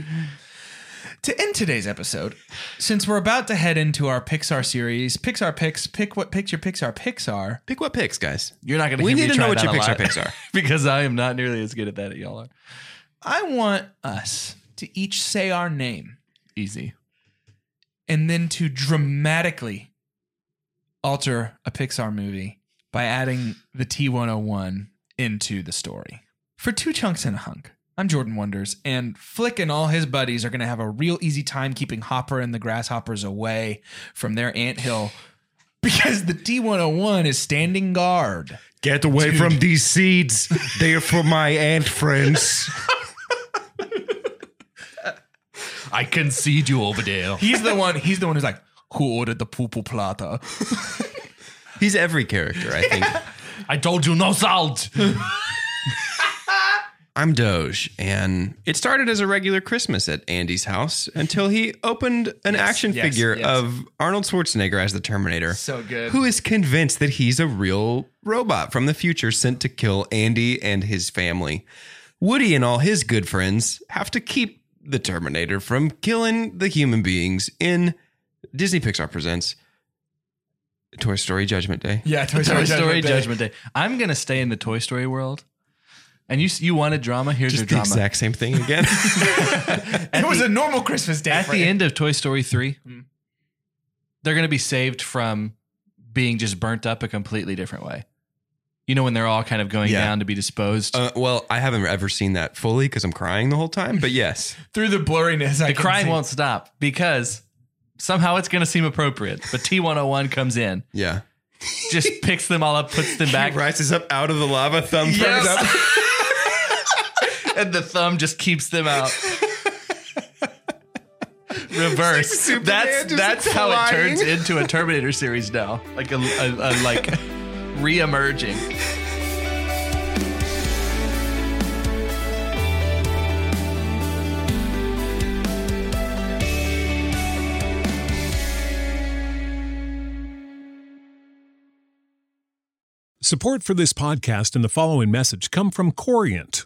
[SPEAKER 5] To end today's episode, since we're about to head into our Pixar series, Pixar picks, pick what picks your Pixar picks are.
[SPEAKER 8] Pick what picks, guys.
[SPEAKER 4] You're not gonna.
[SPEAKER 8] We
[SPEAKER 4] hear
[SPEAKER 8] need
[SPEAKER 4] me
[SPEAKER 8] to
[SPEAKER 4] try
[SPEAKER 8] know what
[SPEAKER 4] that
[SPEAKER 8] your
[SPEAKER 4] a
[SPEAKER 8] Pixar
[SPEAKER 4] lot.
[SPEAKER 8] picks are.
[SPEAKER 4] because I am not nearly as good at that as y'all are.
[SPEAKER 5] I want us to each say our name
[SPEAKER 4] Easy.
[SPEAKER 5] and then to dramatically alter a Pixar movie by adding the T101 into the story. For two chunks and a hunk, I'm Jordan Wonders, and Flick and all his buddies are going to have a real easy time keeping Hopper and the Grasshoppers away from their anthill because the T101 is standing guard.
[SPEAKER 6] Get away from these seeds. They are for my ant friends.
[SPEAKER 3] I concede you over there.
[SPEAKER 5] He's the one, he's the one who's like, who ordered the poo poo platter?
[SPEAKER 8] He's every character, I think.
[SPEAKER 3] I told you no salt.
[SPEAKER 8] I'm Doge, and it started as a regular Christmas at Andy's house until he opened an action
[SPEAKER 5] yes,
[SPEAKER 8] figure
[SPEAKER 5] yes.
[SPEAKER 8] of Arnold Schwarzenegger as the Terminator.
[SPEAKER 5] So good.
[SPEAKER 8] Who is convinced that he's a real robot from the future sent to kill Andy and his family? Woody and all his good friends have to keep the Terminator from killing the human beings in Disney Pixar Presents Toy Story Judgment Day.
[SPEAKER 5] Yeah, Toy
[SPEAKER 4] Toy
[SPEAKER 5] Story,
[SPEAKER 4] Story
[SPEAKER 5] Judgment Day.
[SPEAKER 4] Judgment Day. I'm gonna stay in the Toy Story world. And you you wanted drama? Here's
[SPEAKER 8] Just
[SPEAKER 4] your
[SPEAKER 8] the
[SPEAKER 4] drama.
[SPEAKER 8] exact same thing again.
[SPEAKER 5] It was a normal Christmas day.
[SPEAKER 4] At
[SPEAKER 5] for Mm-hmm.
[SPEAKER 4] the
[SPEAKER 5] you.
[SPEAKER 4] end of Toy Story three, they're gonna be saved from being just burnt up a completely different way. You know when they're all kind of going
[SPEAKER 8] Yeah.
[SPEAKER 4] down to be
[SPEAKER 5] Oh,
[SPEAKER 4] disposed.
[SPEAKER 8] uh, well, I haven't ever seen that fully because I'm crying the whole time, but yes.
[SPEAKER 5] through the blurriness, I
[SPEAKER 4] the
[SPEAKER 5] can
[SPEAKER 4] crying
[SPEAKER 5] see.
[SPEAKER 4] won't stop because somehow it's gonna seem appropriate. But T101 comes in
[SPEAKER 8] Yeah.
[SPEAKER 3] just picks them all up, puts them back,
[SPEAKER 8] rises up out of the lava, thumb
[SPEAKER 3] Yes.
[SPEAKER 8] up.
[SPEAKER 3] and the thumb just keeps them out. Reverse.
[SPEAKER 8] Superman
[SPEAKER 3] that's
[SPEAKER 8] just
[SPEAKER 3] that's how it turns
[SPEAKER 8] flying.
[SPEAKER 3] into a Terminator series now, like a, a, a like re-emerging.
[SPEAKER 9] Support for this podcast and the following message come from Corient.